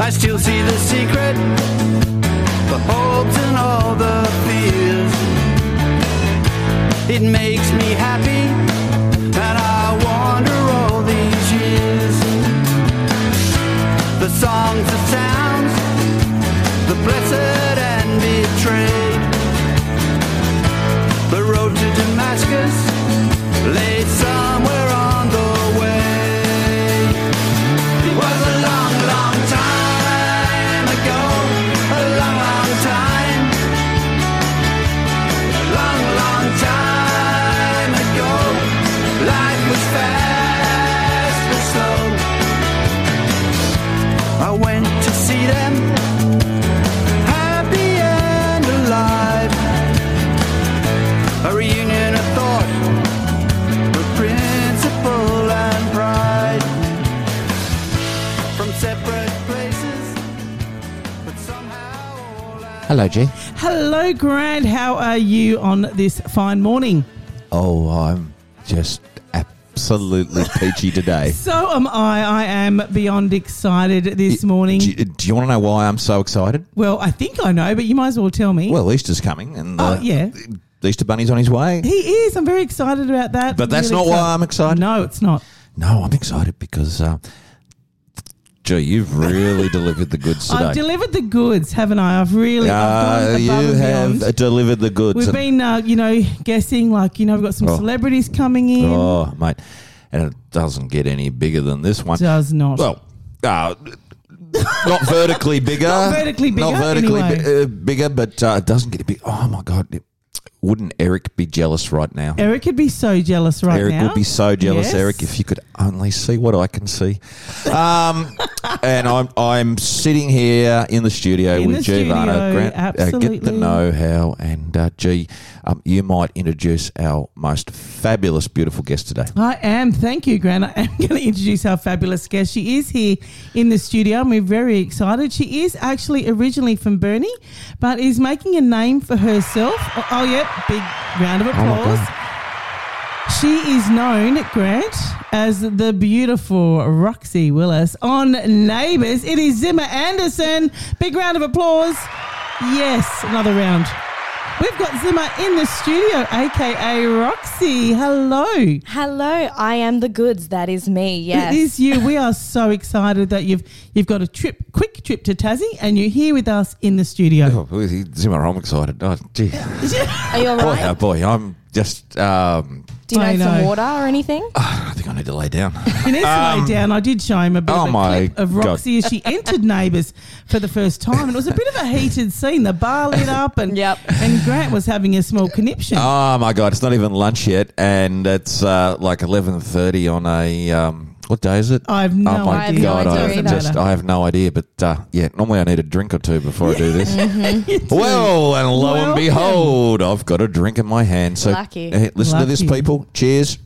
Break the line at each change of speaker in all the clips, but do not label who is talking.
I still see the secret, the hopes and all the fears. It makes me happy that I wander all these years. The songs, the sounds, the blessed and betrayed. The road to Damascus lay somewhere on the way. It was a long, long time ago. A long, long time. A long, long time ago. Life was fast and slow. I went to see them. Happy and alive. A reunion of thought. with Principle and pride from separate places, but somehow all I
Hello, G.
Hello, Grant. How are you on this fine morning?
Oh, I'm just absolutely peachy today.
So am I. I am beyond excited this morning.
Do, do you want to know why I'm so excited?
well, I think I know, but you might as well tell me.
Well, Easter's coming, and
Oh,
uh,
yeah.
the Easter Bunny's on his way.
he is. I'm very excited about that.
But that's
Really
not why
excited.
I'm excited.
No, it's not.
No, I'm excited because, uh, gee, you've really delivered the goods today.
I've delivered the goods, haven't I? I've really. I've gone
Uh,
above
you
and
have
beyond.
delivered the goods.
We've
and-
been, uh, you know, guessing. Like, you know, we've got some
Oh.
celebrities coming in.
oh, mate, and it doesn't get any bigger than this one.
Does not.
Well, uh, not vertically bigger.
Not vertically bigger,
Not vertically bi-
anyway.
uh, bigger, but uh, it doesn't get a big. Oh my god! it- wouldn't Eric be jealous right now?
Eric would be so jealous right
Eric
now.
would be so jealous,
Yes.
Eric, if you could only see what I can see. Um, and I'm I'm sitting here in the studio
In
with
the
Giovanna.
studio,
uh, get
absolutely.
the know how, and uh, G, um, you might introduce our most fabulous, beautiful guest today.
I am. Thank you, Gran. I am going to introduce our fabulous guest. She is here in the studio, and we're very excited. She is actually originally from Burnie, but is making a name for herself. Oh, oh yep. Big round of
Oh
applause. she is known, Grant, as the beautiful Roxy Willis on Neighbours. It is Zimmer Anderson. Big round of applause. Yes, another round. We've got Zimmer in the studio, aka Roxy. Hello.
Hello, I am the goods. That is me. Yes.
It is you. We are so excited that you've you've got a trip, quick trip to Tassie, and you're here with us in the studio.
Oh, Zimmer, I'm excited. Oh, gee.
Are you all
Boy, oh
right?
boy, I'm just. Um,
Do you
I
need some
know.
water or anything?
I think I need to lay down.
He needs to lay down. I did show him a bit
Um, oh
of, a
my
clip of Roxy as she entered Neighbours for the first time, and it was a bit of a heated scene. The bar lit up, and
Yep.
and Grant was having a small conniption.
Oh my god, it's not even lunch yet, and it's uh, like eleven thirty on a um, what day is it?
I have no
oh my
idea.
god,
I have no
I,
idea
have
either.
just I have no idea. But uh, yeah, normally I need a drink or two before I do this. Well, and lo
Welcome.
and behold, I've got a drink in my hand. So
Lucky.
hey, listen to this,
Lucky.
people. Cheers,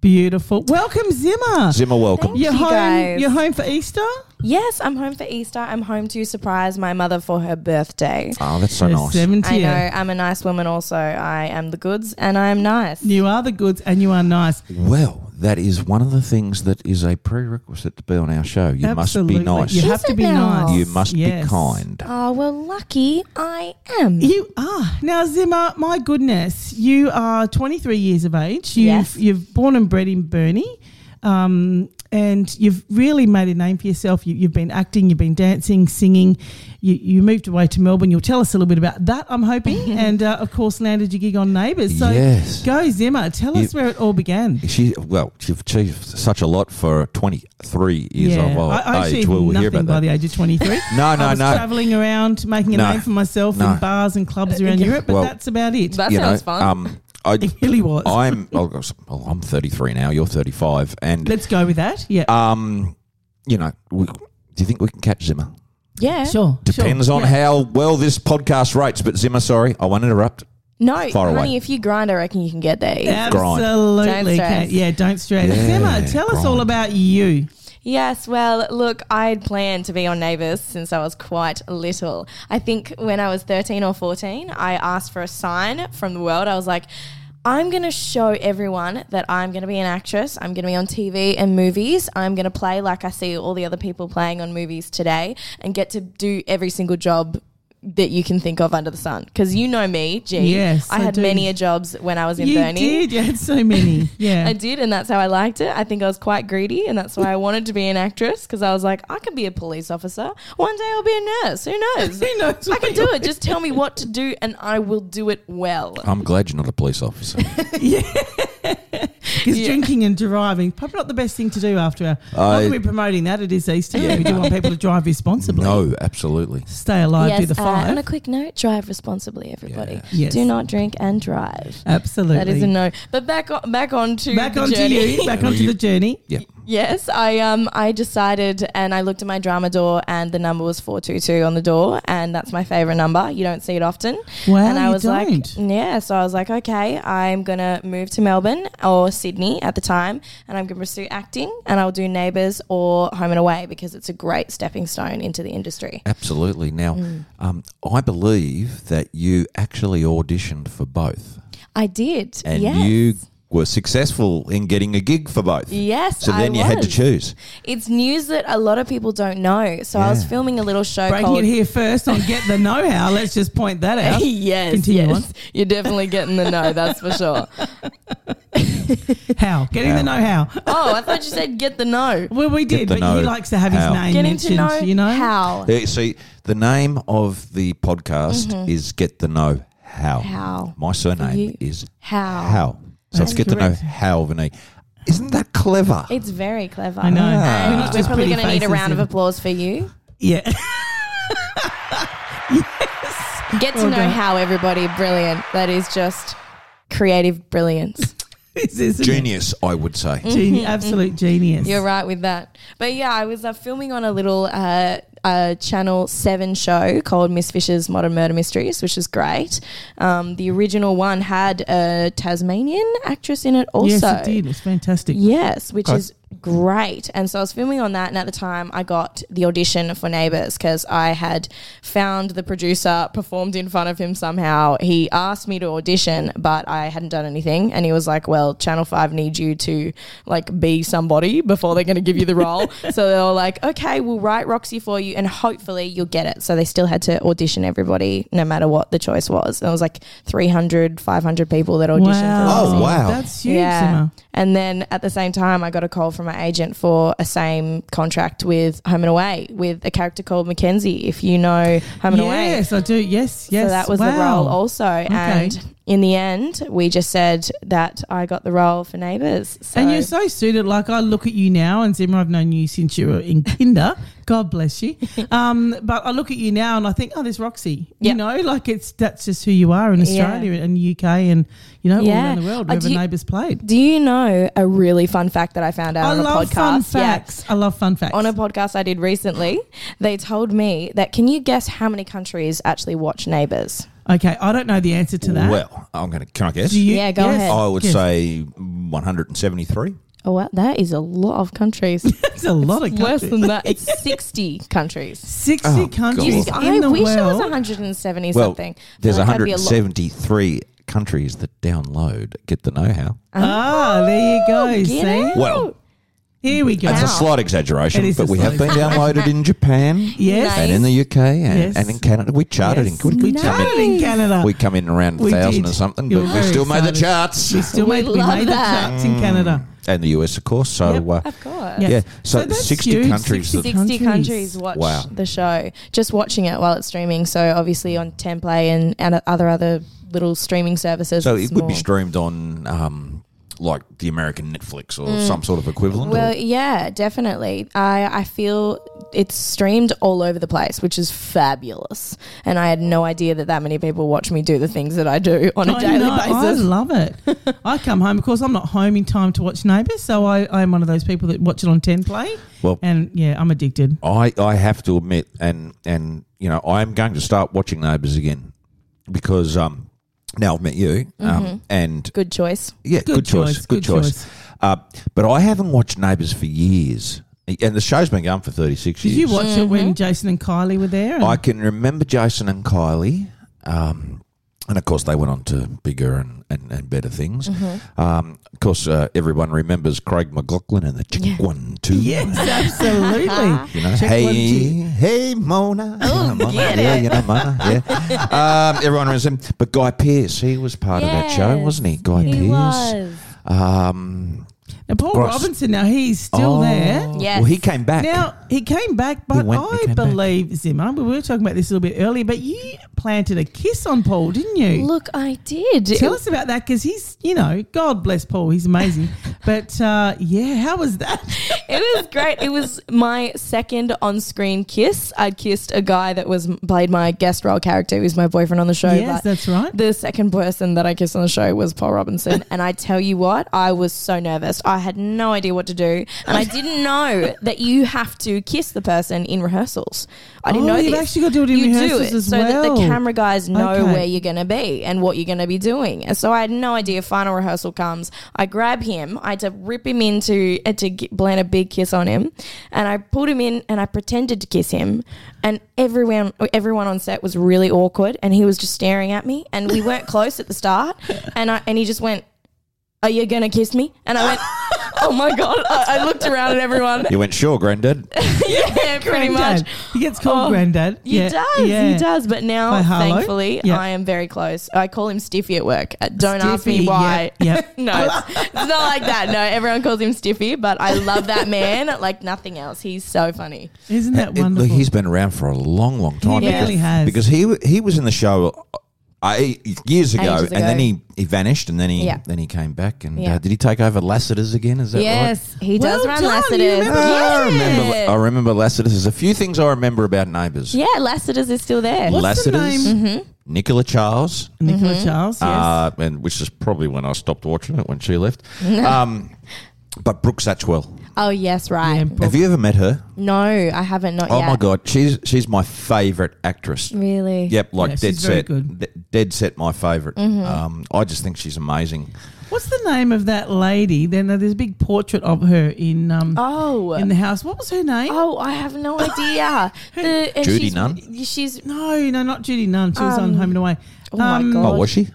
Beautiful. Welcome, Zimmer.
Zimmer. Welcome.
Thank
You're
you,
home.
guys.
You're home for Easter.
Yes, I'm home for Easter. I'm home to surprise my mother for her birthday.
Oh, that's so
The
nice.
70th.
I know I'm a nice woman also. I am the goods and I'm nice.
You are the goods, and you are nice.
Well, that is one of the things that is a prerequisite to be on our show. You
Absolutely.
must be
You
nice.
have
Is
to
it
be
now?
nice.
You must
Yes.
be kind.
Oh, well, lucky I am.
You are now Zimmer. My goodness, you are 23 years of age. You've
Yes.
you've born and bred in Burnie, um, and you've really made a name for yourself. You, you've been acting, you've been dancing, singing. You, you moved away to Melbourne. You'll tell us a little bit about that, I'm hoping, and uh, of course landed your gig on Neighbours. So
Yes.
go Zimmer. Tell us
You-
where it all began.
She well, she's achieved such a lot for twenty three years of old
I, I
age.
achieved
Well, we'll hear
nothing
about
by
that.
the age of 23.
No, no,
I was
no.
travelling around, making a
No.
name for myself
No.
in bars and clubs around Europe, but
Well,
that's about it.
That
you
sounds
know,
fun.
Um, I,
It really was.
I'm oh, gosh, well, I'm thirty three now. You're thirty five, and
Let's go with that. Yeah.
um, you know, we, do you think we can catch Zimmer?
yeah.
sure.
Depends on how well this podcast rates. But Zimmer, sorry, I won't interrupt.
No,
Far
honey,
away.
if you grind, I reckon you can get there.
Sure.
grind.
Absolutely.
Don't stress.
Kate. Yeah, don't stress.
Yeah,
Emma, tell us all
grind.
about you.
Yes, well, look, I'd planned to be on Neighbours since I was quite little. I think when I was 13 or 14, I asked for a sign from the world. I was like, I'm going to show everyone that I'm going to be an actress. I'm going to be on TV and movies. I'm going to play like I see all the other people playing on movies today and get to do every single job that you can think of under the sun. Because you know me, G.
Yes,
I
I
had
do.
many a jobs when I was in
you
Burnie.
did. You had so many. Yeah.
I did, and that's how I liked it. I think I was quite greedy, and that's why I wanted to be an actress because I was like, I could be a police officer. One day I'll be a nurse. Who knows?
Who knows
I
what
can do
you'll
it. Just tell me what to do, and I will do it well.
I'm glad you're not a police officer.
Because drinking and driving, probably not the best thing to do after. A, not
I-
that we're promoting that. It is Easter. We do want people to drive responsibly.
no, absolutely.
Stay alive. do the
uh,
five.
on a quick note, drive responsibly, everybody.
Yeah.
Yes.
Do not drink and drive.
Absolutely.
That is a no. But back on, back on to
Back
the
onto
journey.
you. Back
Well,
onto
you-
the journey.
Yeah.
Yes, I um I decided and I looked at my drama door and the number was 422 on the door and that's my favorite number. You don't see it often.
Wow,
and I
you
was
don't.
like, yeah, so I was like, okay, I'm going to move to Melbourne or Sydney at the time and I'm going to pursue acting and I'll do Neighbours or Home and Away because it's a great stepping stone into the industry.
Absolutely. Now,
Mm.
um, I believe that you actually auditioned for both,
I did.
and
yes.
you were successful in getting a gig for both.
Yes,
So then
I
you had to
was.
choose.
It's news that a lot of people don't know. So I was
Yeah.
filming a little show
Breaking
called
it here first on Get the Know How. Let's just point that out.
yes,
Continue
yes.
on.
You're definitely getting the no, that's for sure.
How? Getting the Know How.
Oh, I thought you said get the no.
Well, we did,
the
but
know
he likes to have
how.
his name
Getting
mentioned,
to know,
you know?
how.
Yeah, see, the name of the podcast is Get the Know How.
Mm-hmm. How.
My surname
You-
is
How.
How. So
That's
it's Get
correct.
to Know How Vinay. E. Isn't that clever?
It's very clever.
I know.
Ah.
We're
And
not
we're
just
probably
pretty
going to need a
faces
round of
here.
applause for you.
Yeah.
Get to
Well
know
done.
how everybody. Brilliant. That is just creative brilliance.
It's- it's-
Genius, I would say.
Mm.
Geni- absolute genius.
Mm-hmm. You're right with that. But yeah, I was uh, filming on a little uh, uh, Channel 7 show called Miss Fisher's Modern Murder Mysteries, which is great. Um, the original one had a Tasmanian actress in it also.
Yes, it did. It's fantastic.
Yes, which
Okay.
is great. And so I was filming on that, and at the time I got the audition for Neighbours because I had found the producer, performed in front of him somehow. He asked me to audition, but I hadn't done anything, and he was like, "Well, Channel Five need you to like be somebody before they're going to give you the role." so they were like, "Okay, we'll write Roxy for you, and hopefully you'll get it." So they still had to audition everybody, no matter what the choice was. And it was like 300, 500 people that auditioned. For
Wow.
Roxy.
Oh, wow.
That's huge, Emma.
And then at the same time, I got a call from my agent for a same contract with Home and Away with a character called Mackenzie, if you know Home and Away.
yes, I do. Yes, yes.
So that was the
Wow.
role also. And in the end, we just said that I got the role for Neighbours. So
And you're so suited. Like I look at you now, and Zimmer, I've known you since you were in kinder. God bless you. Um, but I look at you now, and I think, oh, there's Roxy.
Yeah.
You know, like it's that's just who you are in Australia and the UK, and you know, all
Yeah.
around the world,
Uh,
wherever
do you-
neighbours played.
do you know a really fun fact that I found out
I
on
love
a podcast?
fun
Yeah.
facts. I love fun facts.
on a podcast I did recently, they told me that can you guess how many countries actually watch Neighbours?
okay, I don't know the answer to that.
Well, I'm going to. Can I guess?
do you?
Yeah, go ahead.
I would
Yes.
say 173.
Oh wow, that is a lot of countries.
it's a lot of
Worse
countries.
than that, it's 60 countries.
Sixty
Oh,
countries
God.
I
in the
wish it was
world.
170
Well,
something. I feel
there's
like that'd be a lot.
173 countries that download Get the Know How.
ah, there you go.
Get
See,
out.
Well,
here we go.
it's a
Oh, Wow.
slight exaggeration,
It is
but
a
we have been
slight
downloaded in Japan
Yes.
and in the UK and,
Yes.
and in Canada. We charted
Yes.
in. We,
we
come
done it
in,
in Canada.
we come in around
We
1,000
did.
or something,
You
but
were
we
very
still made the
excited.
charts.
We still
We
made, we
love
made the
that. Mm.
charts in Canada.
and the US, of course. So,
Yep.
uh,
Of course.
yeah.
Yes.
So,
So that's
60
huge.
countries. that-
60
countries.
countries, watch
Wow.
the show, just watching it while it's streaming. So obviously on Templay and, and other other little streaming services.
so
it's
it would be
more-
streamed on um, like the American Netflix or some sort of equivalent.
Mm. Well,
or,
yeah, definitely. I I feel it's streamed all over the place, which is fabulous. And I had no idea that that many people watch me do the things that I do on a
I
daily
know, I
basis.
love it. I come home, of course, I'm not home in time to watch Neighbours, so I, I'm one of those people that watch it on 10 play.
Well-
and yeah, I'm addicted.
I, I have to admit, and and you know, I'm going to start watching Neighbours again because um, now I've met you, um, and
Good choice.
yeah, good, choice, good, choice. Uh, but I haven't watched Neighbours for years, and the show's been going for 36
Did
years.
you
Mm-hmm.
watch it when Jason and Kylie were there? And
I can remember Jason and Kylie. Um, And of course, they went on to bigger and, and, and better things. Um, of course, uh, everyone remembers Craig McLaughlin and the Chick One Two.
Yes, absolutely.
You know,
Check
hey,
one, two.
hey, Mona. You know, Mona.
Oh, get
yeah,
it.
you know, Mona. Yeah. um, everyone remembers him. But Guy Pearce, he was part of that show,
Yes,
wasn't he? Guy Pearce.
He was.
Um,
Now, Paul
Gross.
Robinson. Now he's still
oh.
there.
Yes.
Well, he came back.
Now he came back, but
went- he
I
came back.
believe Zimmer. We were talking about this a little bit earlier, but you planted a kiss on Paul, didn't you?
Look, I did.
Tell us about that because he's, you know, God bless Paul, he's amazing. but uh, yeah, how was that?
it was great. It was my second on-screen kiss. I'd kissed a guy that was played my guest role character, who's my boyfriend on the show.
yes,
but
that's right.
the second person that I kissed on the show was Paul Robinson, and I tell you what, I was so nervous. I had no idea what to do, and I didn't know that you have to kiss the person in rehearsals. I didn't
Oh,
know
you've
this.
actually got to do it in
you
rehearsals
do it
as
so that
well.
the camera guys know
Okay.
where you're going to be and what you're going to be doing. And so I had no idea. Final rehearsal comes. I grab him. I had to rip him into uh, to g- land a big kiss on him, and I pulled him in and I pretended to kiss him, and everyone everyone on set was really awkward, and he was just staring at me, and we weren't close at the start, and I and he just went, "Are you going to kiss me?" And I went. Oh my god! I, I looked around at everyone.
You went, sure, granddad.
yeah, pretty much.
Granddad. He gets called
Oh,
granddad.
He
Yeah,
does.
yeah.
He does. But now,
By Harlow?
thankfully,
Yeah.
I am very close. I call him Stiffy at work. Uh, Don't ask
Stiffy,
me why.
yep, yep.
no, it's, it's not like that. No, everyone calls him Stiffy, but I love that man like nothing else. He's so funny.
Isn't that
It-
wonderful?
Look, he's been around for a long, long time.
He
because-
really has.
Because he w- he was in the show uh, years ago,
Ages
and then
ago.
he, he vanished, and then he
Yeah.
then he came back, and
Yeah.
uh, did he take over Lassiter's again? Is that right?
yes, he does
Well
run
done, you
Lassiter's.
remember-
Ah, I remember.
Yeah.
I remember Lassiter's. There's a few things I remember about Neighbours.
Yeah, Lassiter's is still there.
What's the
Lassiter's,
Mm-hmm.
Nicola Charles,
Nicola Charles. Yes.
uh, and which is probably when I stopped watching it when she left. um, but Brooke Satchwell,
Oh yes, right.
Yeah,
have you ever met her?
No, I haven't. Not
Oh
yet.
my god, she's she's my favourite actress.
Really?
Yep, like
Yeah,
dead
she's very
set,
good.
De- dead set. My favorite.
Mm-hmm.
Um, I just think she's amazing.
What's the name of that lady? Then there's a big portrait of her in um
Oh.
in the house. What was her name?
Oh, I have no idea. The, and
Judy
she's,
Nunn?
She's
No, no, not Judy Nunn. She was on Home and Away.
oh my
Um,
God.
Oh, was she?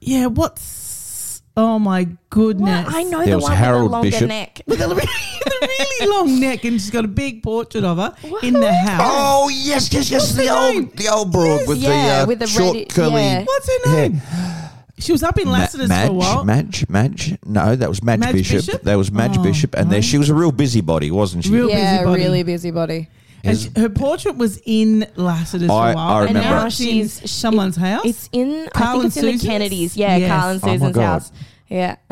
Yeah, what's oh my goodness.
Well, I know
There
the
was
one with
Harold
the longer
Bishop.
neck.
With a really, the really long neck, and she's got a big portrait of her in the house.
Oh yes, yes, yes. The,
the name?
old, the old broad with
yeah,
the uh,
with the
short
red-
curly.
yeah.
What's her name? She was up in
Ma-
Lassiter's
Madge,
for a while.
Madge, Madge. No, that was Madge,
Madge
Bishop.
Bishop?
That was Madge
Oh,
Bishop, and there she was a real busybody, wasn't she?
Real
yeah,
busybody.
really busybody.
And she- her portrait was in Lassiter's for
I-
a while.
I remember.
And now
And
she's
now she's-
someone's house.
It's in I
Carl
think
and
it's in
Susan's?
the Kennedys. Yeah,
Yes.
Carl and
Oh my
Susan's
God.
house. Yeah.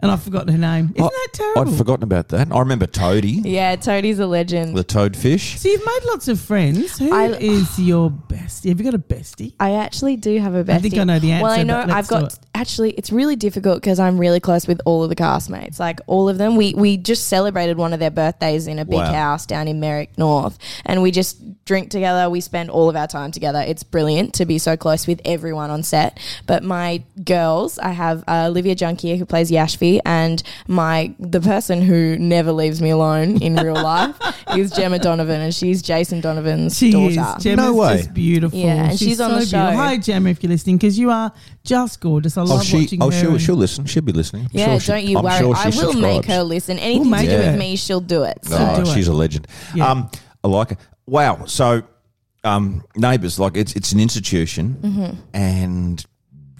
and I've forgotten her name. Isn't
I-
that terrible?
Oh, I'd forgotten about that. I remember Toadie,
Yeah, Toadie's a legend.
the toadfish.
so you've made lots of friends. Who is
I-
your bestie? Have you got a bestie?
I actually do have a bestie.
I think I know the
Well, I
answer,
know
but let's
I've
do
got
it.
actually. It's really difficult because I'm really close with all of the castmates. Like all of them, we we just celebrated one of their birthdays in a big
Wow.
house down in Merrick North, and we just drink together. We spend all of our time together. It's brilliant to be so close with everyone on set. But my girls, I have uh, Olivia Junkier who plays Yashvi, and my the person who never leaves me alone in real life is Gemma Donovan, and she's Jason Donovan's
She
daughter.
is. Gemma's
No way.
just beautiful.
Yeah, and she's on the show.
Beautiful. Hi, Gemma, if you're listening, because you are just gorgeous. I love
Oh, she,
watching
oh,
her.
she'll,
and-
she'll listen. She'll be listening. I'm
Yeah,
sure she-
don't you
I'm
worry.
sure she
I will make
subscribes.
her listen. Anything
make
to do
her.
with me, she'll do it. So.
Oh,
do it.
she's a legend.
Yeah.
Um, I like it. Wow. So, um, neighbours, like it's it's an institution,
Mm-hmm.
and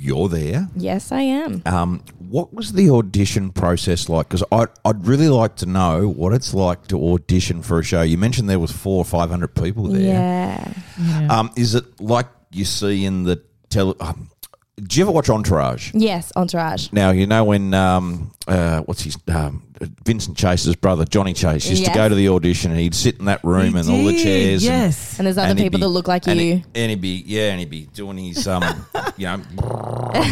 you're there.
Yes, I am.
Um, what was the audition process like? Because I'd, I'd really like to know what it's like to audition for a show. You mentioned there was four or five hundred people there.
Yeah.
Um, is it like you see in the tele? Um, do you ever watch Entourage?
Yes, Entourage.
Now you know when um, uh, what's his um, Vincent Chase's brother Johnny Chase used
Yes.
to go to the audition and he'd sit in that room
He
and all the
did,
chairs. and-
Yes.
And there's other
and he'd
people
be-
that look like
and
you.
he- and he'd be yeah, and he'd be doing his um, you know,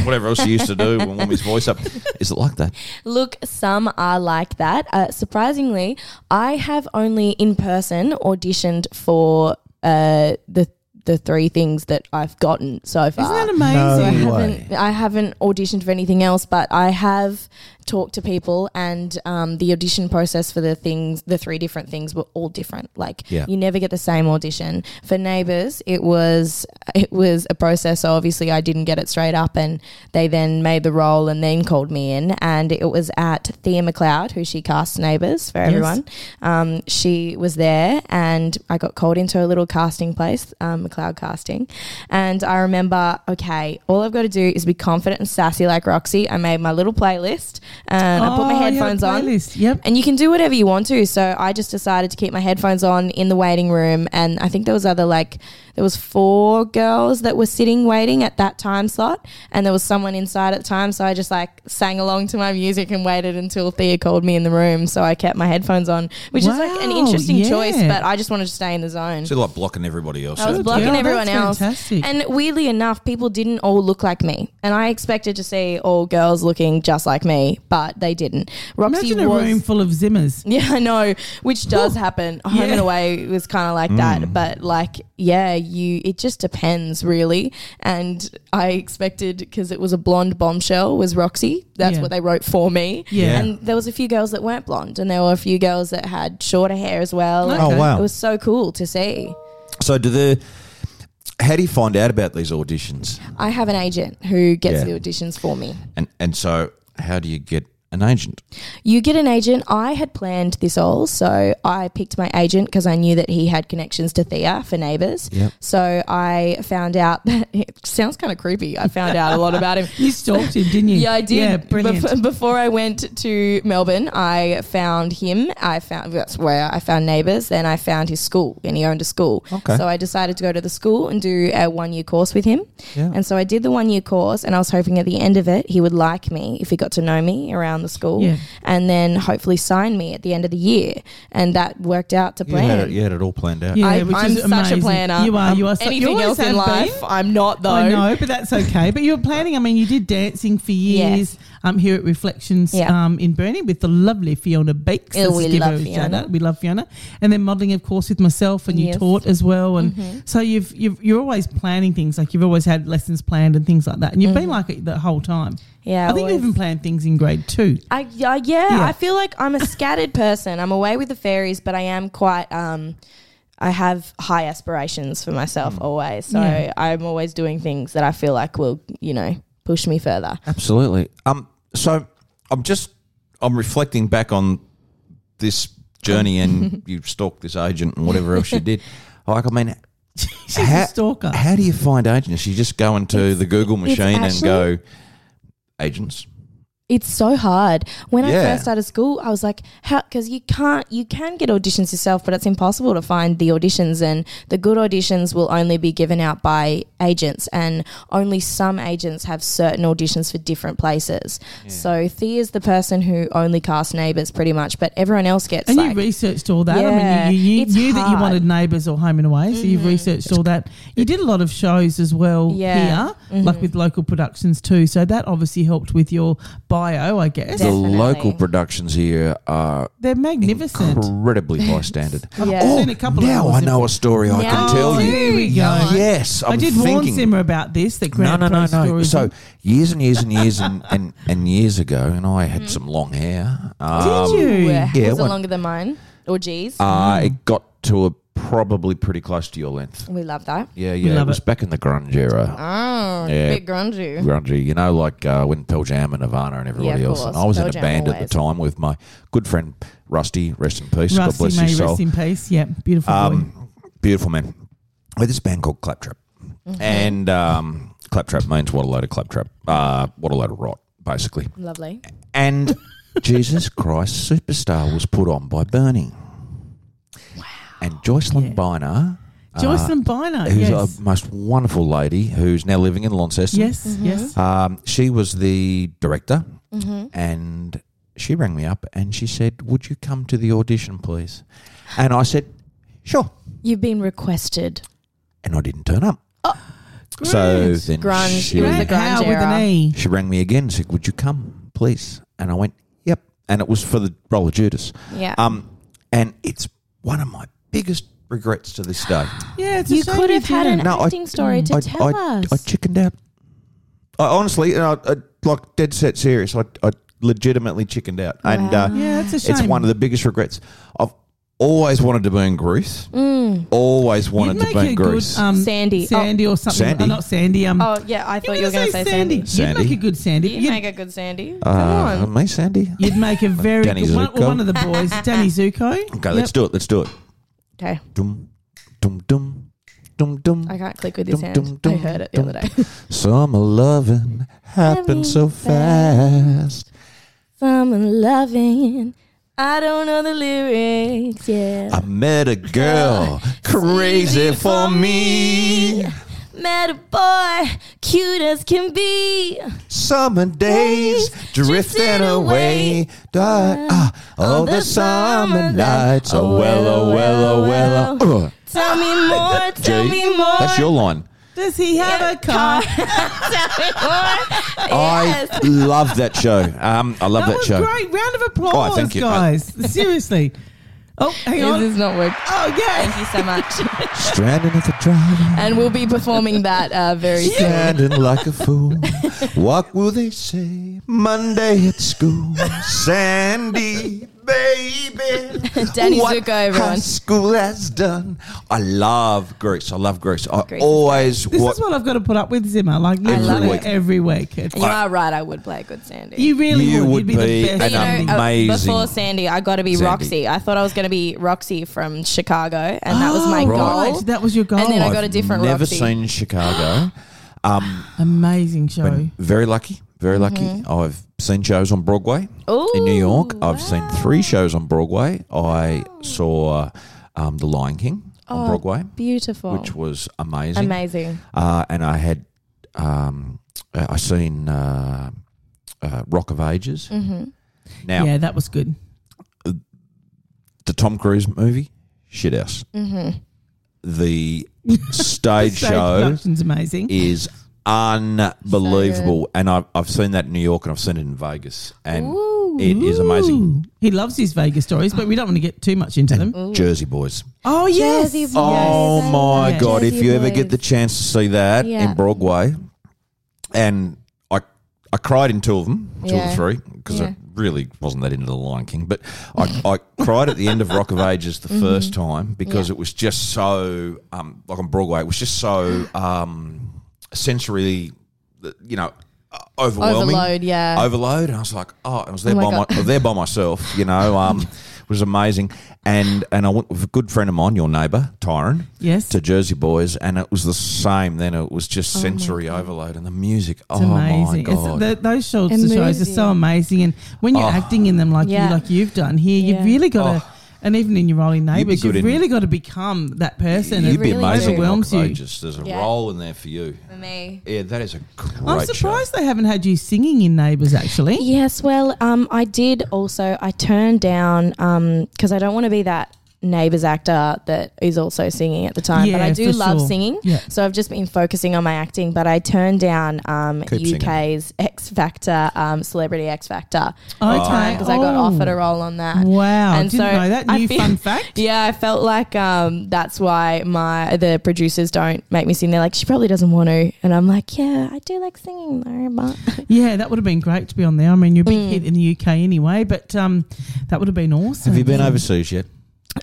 whatever else he used to do and warm his voice up. Is it like that?
Look, some are like that. Uh, surprisingly, I have only in person auditioned for uh, the the three things that I've gotten so far.
Isn't that
So I
amazing?
No. way.
haven't I haven't auditioned for anything else, but I have talked to people, and um, the audition process for the things, the three different things, were all different. Like
Yeah.
you never get the same audition for Neighbours. It was it was a process. So obviously, I didn't get it straight up, and they then made the role and then called me in, and it was at Thea McLeod, who she cast Neighbours for everyone. Um, she was there, and I got called into a little casting place, um, McLeod Casting, and I remember, okay, all I've got to do is be confident and sassy like Roxy. I made my little playlist, and I put my
Oh, yeah,
headphones on.
playlist. Yep.
And you can do whatever you want to. So I just decided to keep my headphones on in the waiting room, and I think there was other like there was four girls that were sitting waiting at that time slot, and there was someone inside at the time. So I just like sang along to my music and waited until Thea called me in the room. So I kept my headphones on, which is like an
Wow,
interesting
yeah.
choice, but I just wanted to stay in the zone.
So like blocking everybody else.
I was
out.
blocking
Yeah, that's
everyone else.
fantastic.
And weirdly enough, people didn't all look like me. And I expected to see all girls looking just like me, but they didn't. Roxy
Imagine a
was
room full of Zimmers.
yeah, I know, which does happen. Home
Yeah.
and away was kind of like
Mm.
that, but like, yeah, you. It just depends, really. And I expected because it was a blonde bombshell was Roxy. That's
Yeah.
what they wrote for me.
Yeah.
and there was a few girls that weren't blonde, and there were a few girls that had shorter hair as well.
Okay.
Oh wow!
It was so cool to see.
so do the how do you find out about these auditions?
I have an agent who gets
Yeah.
the auditions for me.
And and so how do you get an agent?
You get an agent. I had planned this all, so I picked my agent because I knew that he had connections to Thea for Neighbours.
Yep.
So I found out that it sounds kind of creepy. I found out a lot about him.
You stalked him, didn't you?
Yeah, I did.
Yeah, brilliant.
Bef- before I went to Melbourne, I found him. I found that's where I found neighbours. Then I found his school, and he owned a school.
Okay.
So I decided to go to the school and do a one year course with him.
Yeah.
And so I did the one year course, and I was hoping at the end of it he would like me if he got to know me around the school,
Yeah.
and then hopefully sign me at the end of the year. And that worked out to
You had,
plan.
it, you had it all planned out.
Yeah,
I,
which
I'm
is
such
amazing.
a planner.
You are.
Um,
You are. So, you
anything
always
else in
have
life,
been.
I'm not though.
I know, but that's okay. But you were planning. I mean, you did dancing for years um, here at Reflections
Yeah.
um, in Burnie with the lovely Fiona Beeks.
Yeah,
Let's
we
give her
love
a shout
Fiona.
out. We love Fiona, and then modelling, of course, with myself, and you
Yes. Mm-hmm.
taught as well. And so you've, you've you're always planning things. Like you've always had lessons planned and things like that. And you've been like it the whole time.
Yeah,
I think you
Mm-hmm. always.
even planned things in grade two.
I, yeah, yeah,
Yeah.
I feel like I'm a scattered person. I'm away with the fairies, but I am quite. Um, I have high aspirations for myself always, so
Mm. Yeah.
I'm always doing things that I feel like will, you know, push me further.
Absolutely. Um. So I'm just I'm reflecting back on this journey, and you stalked this agent and whatever else you did. Like, I mean,
She's
how,
a stalker.
How do you find agents? You just go into the Google machine and
actually-
go agents.
It's so hard. When I
Yeah.
first started school, I was like, how, because you can't, you can get auditions yourself, but it's impossible to find the auditions. And the good auditions will only be given out by agents, and only some agents have certain auditions for different places. So Thea's the person who only casts neighbours pretty much, but everyone else gets
And
like,
you researched all that. I
Yeah,
mean, you, you, you
it's
knew that you
hard.
wanted neighbours or home and away, so
Mm-hmm.
you've researched all that. You did a lot of shows as well
Yeah.
here,
Mm-hmm.
like with local productions too. So that obviously helped with your bio, I guess.
Definitely.
The local productions here are
They're magnificent.
incredibly high standard.
Yeah.
Oh,
Seen a couple of
now
yours
I
in-
know a story I
Now
can tell
you
you.
There we go.
Yes, I'm
I did
thinking.
warn Simmer about this. That Grand
no, no,
Prix
no, no.
stories-
So years and years and years and, and, and years ago, and I had
Hmm.
some long hair. Um,
did you?
yeah,
Yeah,
was it
one-
longer than mine? Or G's?
Uh, It got to a probably pretty close to your length.
we love that.
Yeah, yeah. It
love
was
it. Ah,
back in the grunge era.
Oh,
Yeah.
bit grungy.
Grungy, you know, like uh, when Pearl Jam and Nirvana and everybody
of
else. And
course,
I was
Pearl
in a
Jam
band at
always.
the time with my good friend Rusty. Rest in peace. God
Rusty,
bless
may
his soul.
rest in peace. Yeah, beautiful boy. Mm-hmm.
Um, beautiful man. We had this band called Claptrap, and um, Claptrap means what a load of claptrap, uh, what a load of rot, basically.
Lovely.
And Jesus Christ Superstar was put on by Bernie. And Joycelyn Biner,
Joycelyn Biner.
uh, who's
Yes.
a most wonderful lady who's now living in Launceston.
yes, yes.
Um, she was the director,
Mm-hmm.
and she rang me up and she said, "Would you come to the audition, please?" And I said, "Sure."
You've been requested.
And I didn't turn up. So
Grand.
then
Grunge.
she,
It was a
Grand Howe with
era.
an E.
she rang me again and said, "Would you come, please?" And I went, "Yep." And it was for the role of Judas.
Yeah.
Um, and it's one of my biggest regrets to this day.
Yeah, it's a
You
shame
could have had an
didn't.
No, I-
acting story to
I,
tell
I,
us.
I chickened out. I honestly, and I, I like dead set serious. I, I legitimately chickened out, and
Wow.
uh,
Yeah, it's a shame.
it's one of the biggest regrets. I've always wanted to burn grease.
Mm.
Always wanted
You'd
to
make
burn
a good,
grease.
um,
Sandy.
Sandy or something.
Sandy.
Oh, not Sandy. Um,
Oh yeah, I
you
thought you were going to say Sandy.
Sandy.
You'd make a good Sandy.
You'd make a good Sandy.
uh,
Come on.
me, Sandy.
You'd make a very
Danny
good one,
Zuko.
one of the boys, Danny Zuko.
Okay, let's do it. Let's do it.
Okay,
Dum dum dum dum dum.
I can't click with this
Dum,
hand.
dum, dum,
I heard it the
dum,
other day.
Summer loving happened so fast.
Someone loving. I don't know the lyrics. Yeah.
I met a girl crazy Uh, for me.
Met a boy, cute as can be.
Summer days drifting away. Die, ah, oh, the summer nights. Oh, well, oh, well, oh, well. Oh. Ugh.
Tell me more, tell
Gee,
me more.
That's your line.
Does he have a car?
I love that show. Um, I love
That
that,
was
show. Oh,
great. Round of applause,
thank you.
guys. Seriously. Oh, hang
This
on.
is not work.
Oh,
Thank
yeah.
you so much.
Stranded at the drive,
and we'll be performing that uh, very soon.
standing like a fool. What will they say Monday at school? Sandy, baby.
Danny
what
Zuko, everyone.
high school has done. I love Greece. I love Greece. I
Greece is
always
This is
what
what I've got to put up with Zimmer. Like
Every
literally
week.
every week. It's-
You are right. I would play a good Sandy.
you really
You
would.
would
You'd be,
be
the best.
an
You
um,
know, uh,
amazing
before Sandy, I got to be
Sandy.
Roxy. I thought I was going to be Roxy from Chicago, and that was my
Oh,
goal.
right. That was your goal.
And then I got
I've
a different
never
Roxy.
seen Chicago. um,
Amazing show.
been very lucky, very lucky. I've seen shows on Broadway in New York.
Mm-hmm. Ooh,
I've seen three shows on Broadway. I saw um, The Lion King
Oh,
on Broadway,
Beautiful.
which was amazing.
Amazing.
Uh, and I had um, uh, I seen uh, uh, Rock of Ages. Now
Yeah, that was good.
the Tom Cruise movie, shit house.
Mm-hmm.
The stage
Stage
show
production's amazing.
is unbelievable, and I've, I've seen that in New York and I've seen it in Vegas, and it is amazing.
Ooh. He loves his Vegas stories, but we don't want to get too much into them.
Jersey Boys.
Oh yes.
Jersey Boys.
Oh
Yes.
my
Yes.
god! if
Jersey
you ever
Boys.
get the chance to see that
Yeah.
in Broadway, and I, I cried in two of them, two
Yeah.
or three, because
Yeah.
I really wasn't that into the Lion King, but I, I cried at the end of Rock of Ages the first time because it was just so, um, like on Broadway, it was just so um, sensory, you know, uh, overwhelming
Overload, yeah.
overload, and I was like, oh, I was there
my
by my,
God.
I was there by myself, you know, um, it was amazing, and and I went with a good friend of mine, your neighbour Tyron,
Yes.
to Jersey Boys, and it was the same. Then it was just sensory overload, and the music, oh
Oh It's amazing.
my god,
It's, th those shorts
It
and shows are
moves you.
so amazing, and when you're
Oh.
acting in them like
Yeah.
you like you've done here,
Yeah.
you've really got to. And even in your rolling
be
neighbours,
good
you've
in-
really got to become that person.
you'd
It
be
really
amazing. in
overwhelms
Rock of
you.
Ages. There's a
Yeah.
role in there for you.
For me.
Yeah, that is a great.
I'm surprised they haven't had you singing in Neighbours. Actually,
Yes, well, um, I did also. I turned down because I don't want to be that neighbours actor that is also singing at the time. but I
Yeah,
do
for
love
sure.
singing,
Yeah.
so I've just been focusing on my acting. But I turned down um,
Keep singing.
UK's X Factor, um, Celebrity X Factor,
Okay.
because I got
Oh.
offered a role on that.
Wow,
And
didn't
so
know that.
I
New
feel-
fun fact.
Yeah, I felt like um, that's why my the producers don't make me sing. They're like, she probably doesn't want to, and I'm like, yeah, I do like singing though, but
Yeah, that would have been great to be on there. I mean, you're a
Mm.
big hit in the UK anyway, but um, that would have been awesome.
Have you been overseas yet?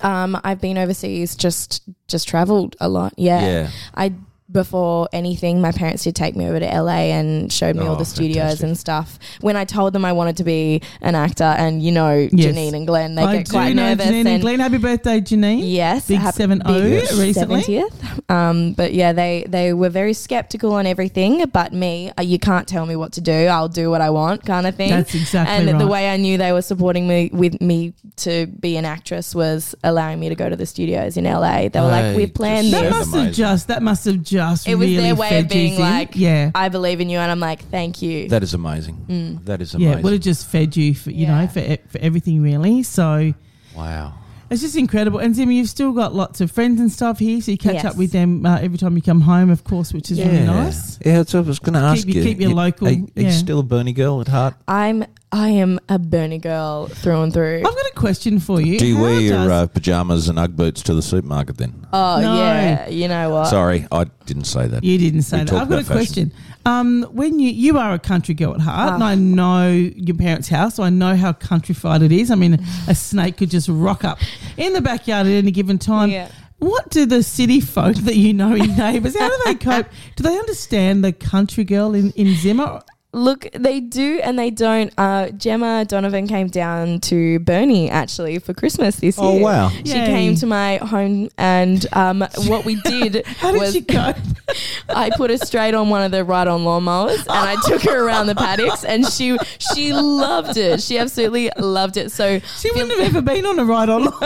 um, I've been overseas, just just traveled a lot. Yeah,
Yeah.
I before anything, my parents did take me over to LA and showed me
Oh,
all the studios
fantastic.
and stuff. When I told them I wanted to be an actor, and you know,
Yes.
Janine and Glenn, they
I
get
do
quite
know
nervous.
Janine and
and
Glenn, happy birthday, Janine.
Yes,
Big
hap-
7-0
big
recently.
70th. Um, but yeah, they they were very skeptical on everything. But me, uh, you can't tell me what to do. I'll do what I want, kind of thing.
That's exactly
And the
right.
way I knew they were supporting me with me to be an actress was allowing me to go to the studios in LA. They were like,
Hey,
"We planned
just Yeah.
That
this."
must have
Amazing.
just that must have just
It was
really
their way of
fed
being
yous in.
like,
yeah,
"I believe in you," and I'm like, "Thank you."
That is amazing. That is
Mm. yeah,
amazing.
it would have just fed you for you
Yeah.
know for e- for everything really. So
wow.
it's just incredible. And Zim, you've still got lots of friends and stuff here, so you catch
Yes.
up with them uh, every time you come home, of course, which is really nice.
Yeah, that's what I was going to ask
you-
you.
keep your
You-
local-
Are, you- are you
yeah.
still a Bernie girl at heart?
I'm I am a Bernie girl through and through.
I've got a question for you.
Do you
How
wear
does-
your uh, pajamas and UGG boots to the supermarket then?
Oh
No.
yeah, you know
Uh,
what?
Sorry, I didn't say that.
You didn't say
We
that.
talked
I've got a
about fashion.
question. Um, when you you are a country girl at heart, and
Ah.
I know your parents' house, so I know how countrified it is. I mean,
Mm.
a snake could just rock up in the backyard at any given time.
Yeah.
What do the city folk that you know in neighbours? How do they cope? Do they understand the country girl in in Zimmer?
Look, they do and they don't. Uh, Gemma Donovan came down to Bernie actually for Christmas this
Oh,
year.
wow.
She
Yay.
came to my home, and um, what we did
How did
was
she cope?
I put her straight on one of the ride-on lawnmowers, and I took her around the paddocks, and she she loved it. She absolutely loved it. So
She wouldn't have ever been on a ride on.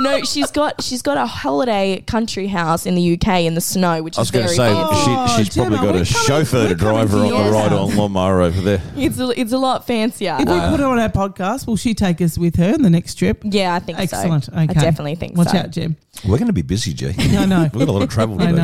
no, she's got she's got a holiday country house in the UK in the snow, which
I was
is
going
very
to say
fancy.
Oh,
she, she's probably
Gemma,
got
we're
a
coming-
chauffeur
we're
to drive her
coming
on
to
the
your
ride
house.
on lawnmower over there.
It's a, it's a lot fancier.
If we put her on our podcast, will she take us with her in the next trip?
yeah, I think
Excellent.
so.
Okay.
I definitely think
Watch
so.
out, Jim.
We're going to be busy, G.
I know.
We've got a lot of travel to
I
do.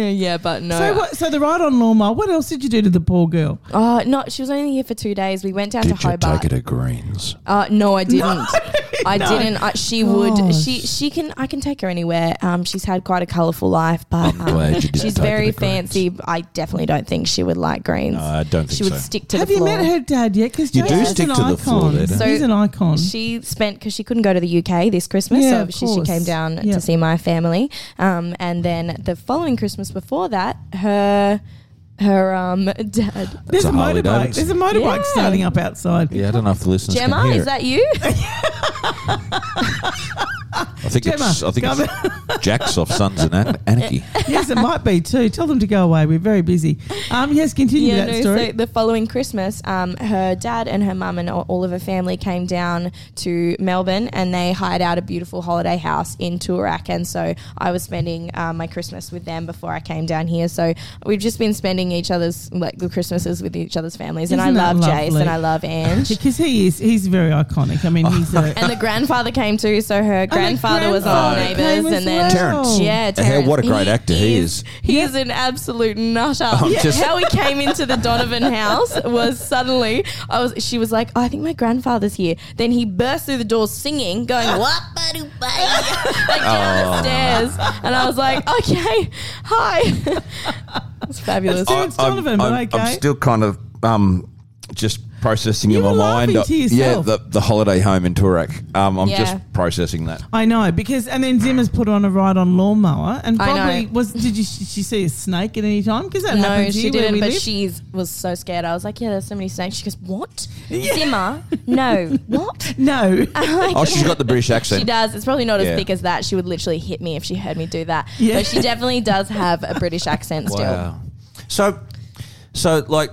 know.
yeah, but no.
So what? So the ride on lawnmower. What else did you do to the poor girl?
Oh no, she was only here for two days. We went down
Did
to
you
Hobart.
take it to Greens?
Uh, no, I didn't. I didn't. I, she would.
Gosh.
She she can. I can take her anywhere. Um, she's had quite a colourful life, but
I'm
um,
glad you didn't
she's
take her
very
to greens.
fancy. I definitely don't think she would like greens.
No, I don't think
she would
so.
stick to
Have
the
you
floor.
met her dad yet? Because
You do
Jason's
stick
an
to
icon.
the floor there, don't
you?
He's an icon.
She spent because she couldn't go to the UK this Christmas,
Yeah,
so
of
she, she
course.
came down
Yeah.
to see my family. Um, and then the following Christmas before that, her her um dad
There's a,
It's a Harley
motorbike. There's a
Davidson.
motorbike
Yeah.
starting up outside.
Yeah, I don't know if the listeners
Gemma,
can hear
is
it.
that you?
I think
Gemma,
it's I think
come-
it's Jack's off Sons and An- Anarchy.
yes, it might be too. Tell them to go away. We're very busy. Um, yes, continue
Yeah,
that
no,
story.
so the following Christmas, um, her dad and her mum and all all of her family came down to Melbourne and they hired out a beautiful holiday house in Toorak. And so I was spending um, my Christmas with them before I came down here. So we've just been spending each other's, like the Christmases with each other's families. And
Isn't
I
that
love Jace
lovely?
and I love Ange.
because he is he's very iconic. I mean,
Oh.
he's a
and the grandfather came too. So her grandfather was on
grandfather
Neighbours.
came as
And then.
well.
Terrence.
Yeah,
Hey,
Terrence.
what a great actor he is.
He is an absolute nutter.
I'm
Yeah.
just-
How he came into the Donovan house was suddenly I was she was like, "Oh, I think my grandfather's here. Then he burst through the door singing, going what like down
Oh.
the stairs. And I was like, Okay, hi. it's fabulous.
That's Terrence Donovan, but
I'm, I'm
okay.
still kind of um, just processing
You
in my
were laughing
mind.
to
yeah,
yourself.
the, the holiday home in Turak. Um, I'm
Yeah.
just processing that.
I know because and then Zimmer's put her on a ride on lawnmower and
I know.
probably was did you did she see a snake at any time because that
No,
happens
she
here where
didn't,
we
but
live.
she was so scared. I was like, Yeah, there's so many snakes. She goes, What?
Yeah.
Zimmer? No. What?
no
I'm like,
Oh, she's got the British accent.
She does. It's probably not
Yeah.
as thick as that. She would literally hit me if she heard me do that.
Yeah.
But she definitely does have a British accent still.
So, so like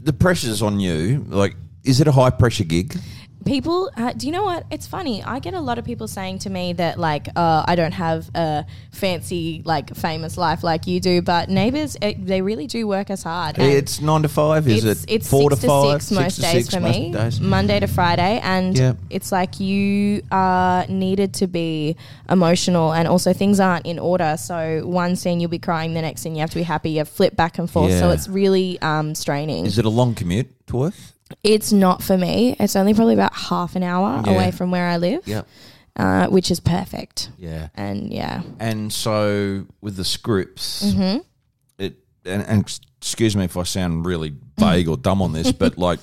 the pressure's on you. Like, is it a high pressure gig?
People, uh, do you know what? It's funny. I get a lot of people saying to me that, like, uh, I don't have a fancy, like, famous life like you do, but neighbors, it, they really do work us hard. And
It's nine to five. Is
Um, it's,
it
it's
four
six
to five?
six most days for
most
me,
days?
Monday to Friday, and
Yeah.
it's like you are needed to be emotional, and also things aren't in order. So one scene you'll be crying, the next scene you have to be happy. You flip back and forth, so
Yeah.
it's really um, straining.
Is it a long commute to work?
it's not for me. It's only probably about half an hour
Yeah.
away from where I live, uh, which is perfect.
yeah.
And yeah,
And so with the scripts,
Mm-hmm.
it and, and ex- excuse me if I sound really vague or dumb on this, but like,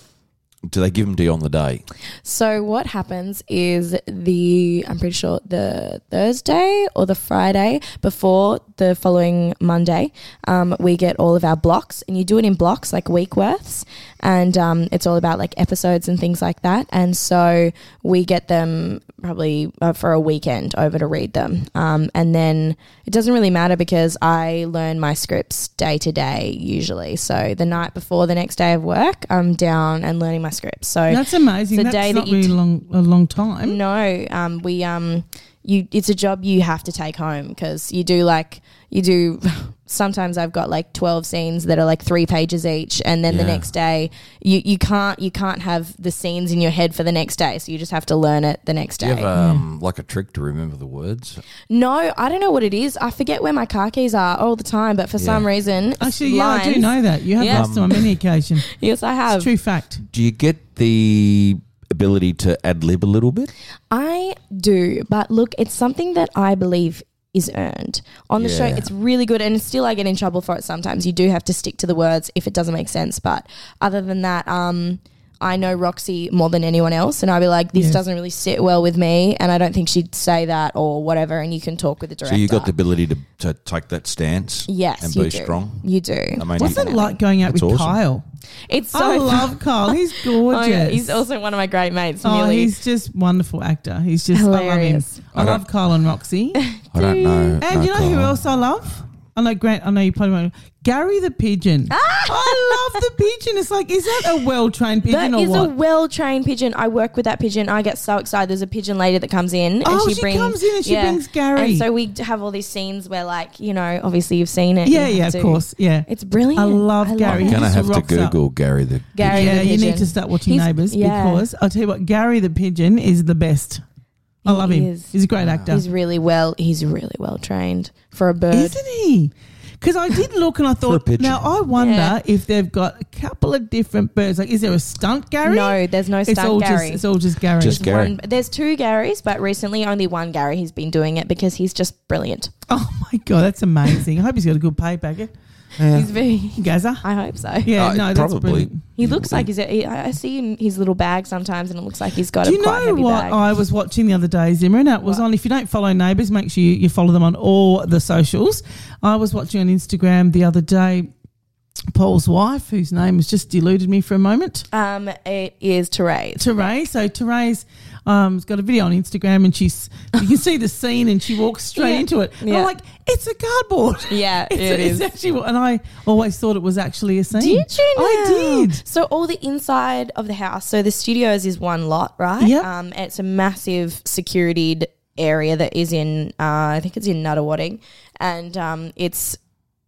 do they give them to you on the day?
So what happens is the I'm pretty sure the Thursday or the Friday before the following Monday, um, we get all of our blocks, and you do it in blocks like week worths, and um, it's all about like episodes and things like that. And so we get them probably uh, for a weekend over to read them, um, and then it doesn't really matter because I learn my scripts day to day usually. So the night before the next day of work, I'm down and learning my scripts. So
that's amazing
the
that's
day that
not
you
really
t-
long a long time
no, um, we um, you it's a job you have to take home because you do like you do sometimes I've got like 12 scenes that are like three pages each and then the
Yeah.
next day you, you can't you can't have the scenes in your head for the next day so you just have to learn it the next
Do you
day.
have um, like a trick to remember the words?
no, I don't know what it is. I forget where my car keys are all the time but for some reason
Actually, yeah, I do
lines-
know that. You have
Yeah. Um,
asked them on many occasions.
Yes, I have.
It's true fact.
Do you get the ability to ad lib a little bit?
I do, but look, it's something that I believe is earned on the show.
Yeah.
It's really good, and still I get in trouble for it sometimes. You do have to stick to the words if it doesn't make sense, but other than that, um. I know Roxy more than anyone else, and I'd be like, "This
Yeah.
doesn't really sit well with me," and I don't think she'd say that or whatever. And you can talk with the director.
So you got the ability to, to take that stance
yes,
and
you
be
do.
strong?
You do.
I mean,
What's it
Definitely.
like going out
That's
with
awesome.
Kyle?
It's so.
I
fun.
love Kyle. He's
Oh,
gorgeous.
yeah, he's also one of my great mates.
Oh,
Millie.
he's just wonderful actor. He's just
Hilarious.
I love him. I,
I
love
don't-
Kyle and Roxy.
I don't know.
And you know who else I love? I know Grant. I know you probably won't. Gary the pigeon.
Ah!
I love the pigeon. It's like, is that a well trained pigeon
That
or
is
what?
a well trained pigeon. I work with that pigeon. I get so excited. There's a pigeon lady that comes in and
Oh,
she,
she
brings
comes in and she brings Gary.
And so we d- have all these scenes where, like, you know, obviously you've seen it.
yeah,
You
yeah,
have
of
to-
course. Yeah,
It's brilliant.
I love Gary.
I'm
it.
He
going to
just
have to
rocks up.
Google Gary the
Gary
yeah.
the
You need
pigeon.
to start watching
He's-
Neighbours
yeah.
because I'll tell you what, Gary the pigeon is the best. I
He
love him.
is.
He's a great actor,
He's really well. He's really well trained for a bird.
isn't he? Because I did look and I thought,
pigeon.
now I wonder
Yeah.
if they've got a couple of different birds. Like, is there a stunt Gary?
No, there's no
it's all
stunt Gary.
just it's all just Gary.
Just Gary.
One, there's two Garys, but recently only one Gary has been doing it because he's just brilliant.
Oh my god, that's amazing! I hope he's got a good pay packet,
He's very.
Gaza.
I hope so.
Yeah,
Uh,
no, that's
probably.
brilliant.
He looks like he's. A, I I see him his little bag sometimes, and it looks like he's got
Do
a
you
quite
know
heavy
what
bag.
I was watching the other day, Zimmer? And it was
What?
on. If you don't follow Neighbours, make sure you, you follow them on all the socials. I was watching on Instagram the other day. Paul's wife, whose name has just eluded me for a moment,
Um, it is Therese.
Teray. So Teray's um, has got a video on Instagram, and she's you can see the scene, and she walks straight
Yeah.
into it. And I'm
Yeah.
like, it's a cardboard.
Yeah,
It's,
it
it's
is.
actually, what- and I always thought it was actually a scene.
Did you? Know?
Oh, I did.
So all the inside of the house. So the studios is one lot, right?
Yep.
Um, it's a massive securityed area that is in. Uh, I think it's in Nuttawading, and um, it's.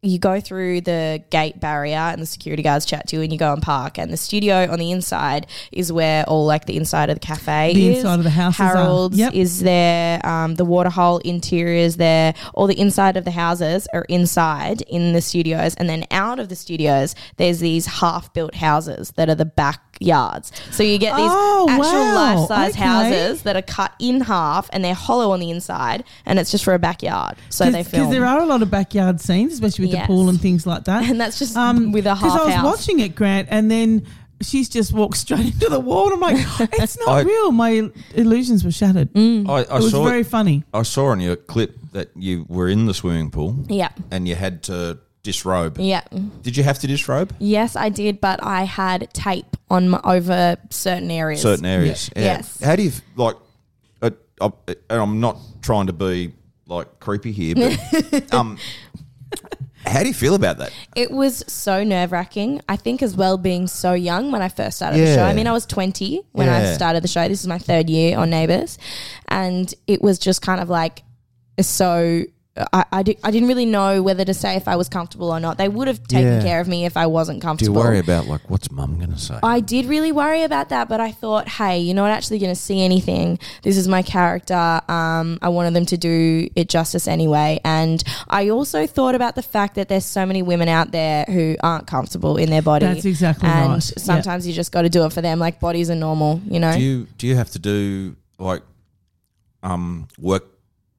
You go through the gate barrier and the security guards chat to you and you go and park and the studio on the inside is where all like the inside of the cafe
The
is.
inside of the houses are.
Harold's
Yep.
is there, um, the waterhole interiors there, all the inside of the houses are inside in the studios, and then out of the studios, there's these half built houses that are the backyards. So you get these
Oh,
actual
wow.
life size
Okay.
houses that are cut in half and they're hollow on the inside, and it's just for a backyard. So they film.
because there are a lot of backyard scenes, especially with
Yes.
the pool and things like that.
And that's just with a
Because I
half
was
house.
watching it, Grant, and then she's just walked straight into the wall. And I'm like, it's not
I-
real. My illusions were shattered.
Mm.
I, I
It was
saw
Mm. very funny.
I saw on your clip that you were in the swimming pool.
Yeah.
And you had to disrobe.
yeah.
Did you have to disrobe?
Yes, I did, but I had tape on my, over certain areas.
Certain areas.
Yeah.
Yeah.
Yes.
How do you f- like? Uh, uh, and I'm not trying to be like creepy here, but um, how do you feel about that?
It was so nerve wracking. I think as well being so young when I first started the
Yeah.
show. I mean, I was 20 when I
Yeah.
started the show. This is my third year on Neighbours. And it was just kind of like uh, so. uh, I, I, di- I didn't really know whether to say if I was comfortable or not. They would have taken
Yeah.
care of me if I wasn't
Do you
comfortable.
worry about like what's mum going to say?
I did really worry about that, but I thought, hey, you're not actually going to see anything. This is my character. Um, I wanted them to do it justice anyway. And I also thought about the fact that there's so many women out there who aren't comfortable in their body.
That's exactly
and
right. Yeah.
sometimes you just got to do it for them. Like bodies are normal, you know.
do you do you have to do like um work?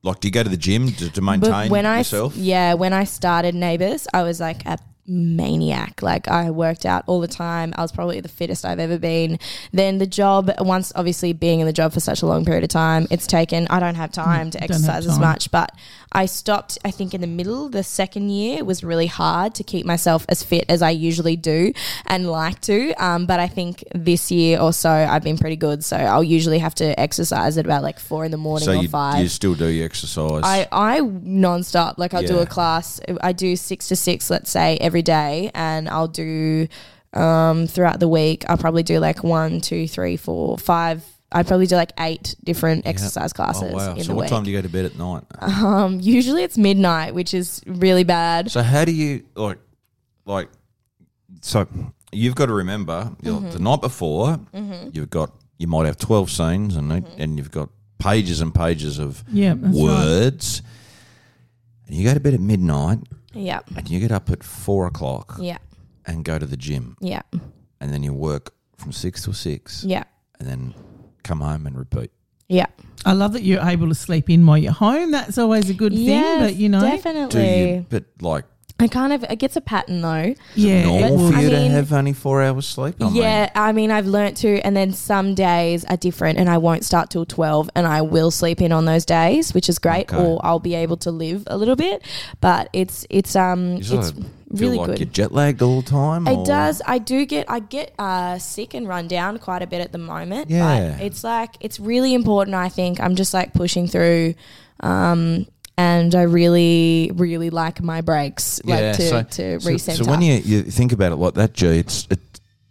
Like, do you go to the gym to, to maintain
I
yourself?
yeah, when I started Neighbours, I was like a maniac. Like I worked out all the time. I was probably the fittest I've ever been. Then the job, once obviously being in the job for such a long period of time, it's taken. I don't have time to
Mm, don't have
exercise as
time.
much, but I stopped. I think in the middle, the second year was really hard to keep myself as fit as I usually do and like to. Um, but I think this year or so, I've been pretty good. So I'll usually have to exercise at about like four in the morning
so
or
you,
five.
you still do your exercise.
I, I nonstop. Like I'll do
Yeah.
a class. I do six to six, let's say, every day, and I'll do um, throughout the week. I'll probably do like one, two, three, four, five I probably do like eight different exercise classes
Oh, wow.
in
so
the
what
week.
time do you go to bed at night?
um, usually it's midnight, which is really bad.
So how do you like like so you've got to remember you
Mm-hmm.
know, the night before you've got you might have twelve scenes and
Mm-hmm.
and you've got pages and pages of
Yeah, that's right.
words. And you go to bed at midnight
Yeah,
and you get up at four o'clock
yeah,
and go to the gym
yeah,
and then you work from six till six
yeah,
and then come home and repeat.
yeah.
I love that you're able to sleep in while you're home. That's always a good
Yes,
thing. But you know,
Do
definitely.
you but like
I kind of it gets a pattern though.
yeah, it
normal
would.
for
I
you to
mean-
have only four hours sleep? I mean,
yeah, I mean, I've learnt to, and then some days are different, and I won't start till 12, and I will sleep in on those days, which is great,
Okay.
or I'll be able to live a little bit. But it's, it's, um,
you
it's
sort of feel
really
like
good.
you're jet lagged all the time.
It
or-
does. I do get. I get uh, sick and run down quite a bit at the moment.
Yeah.
But it's like it's really important. I think I'm just like pushing through, um, and I really, really like my breaks. Like to to
so-
recenter.
So, when you, you think about it like that, G, it's it,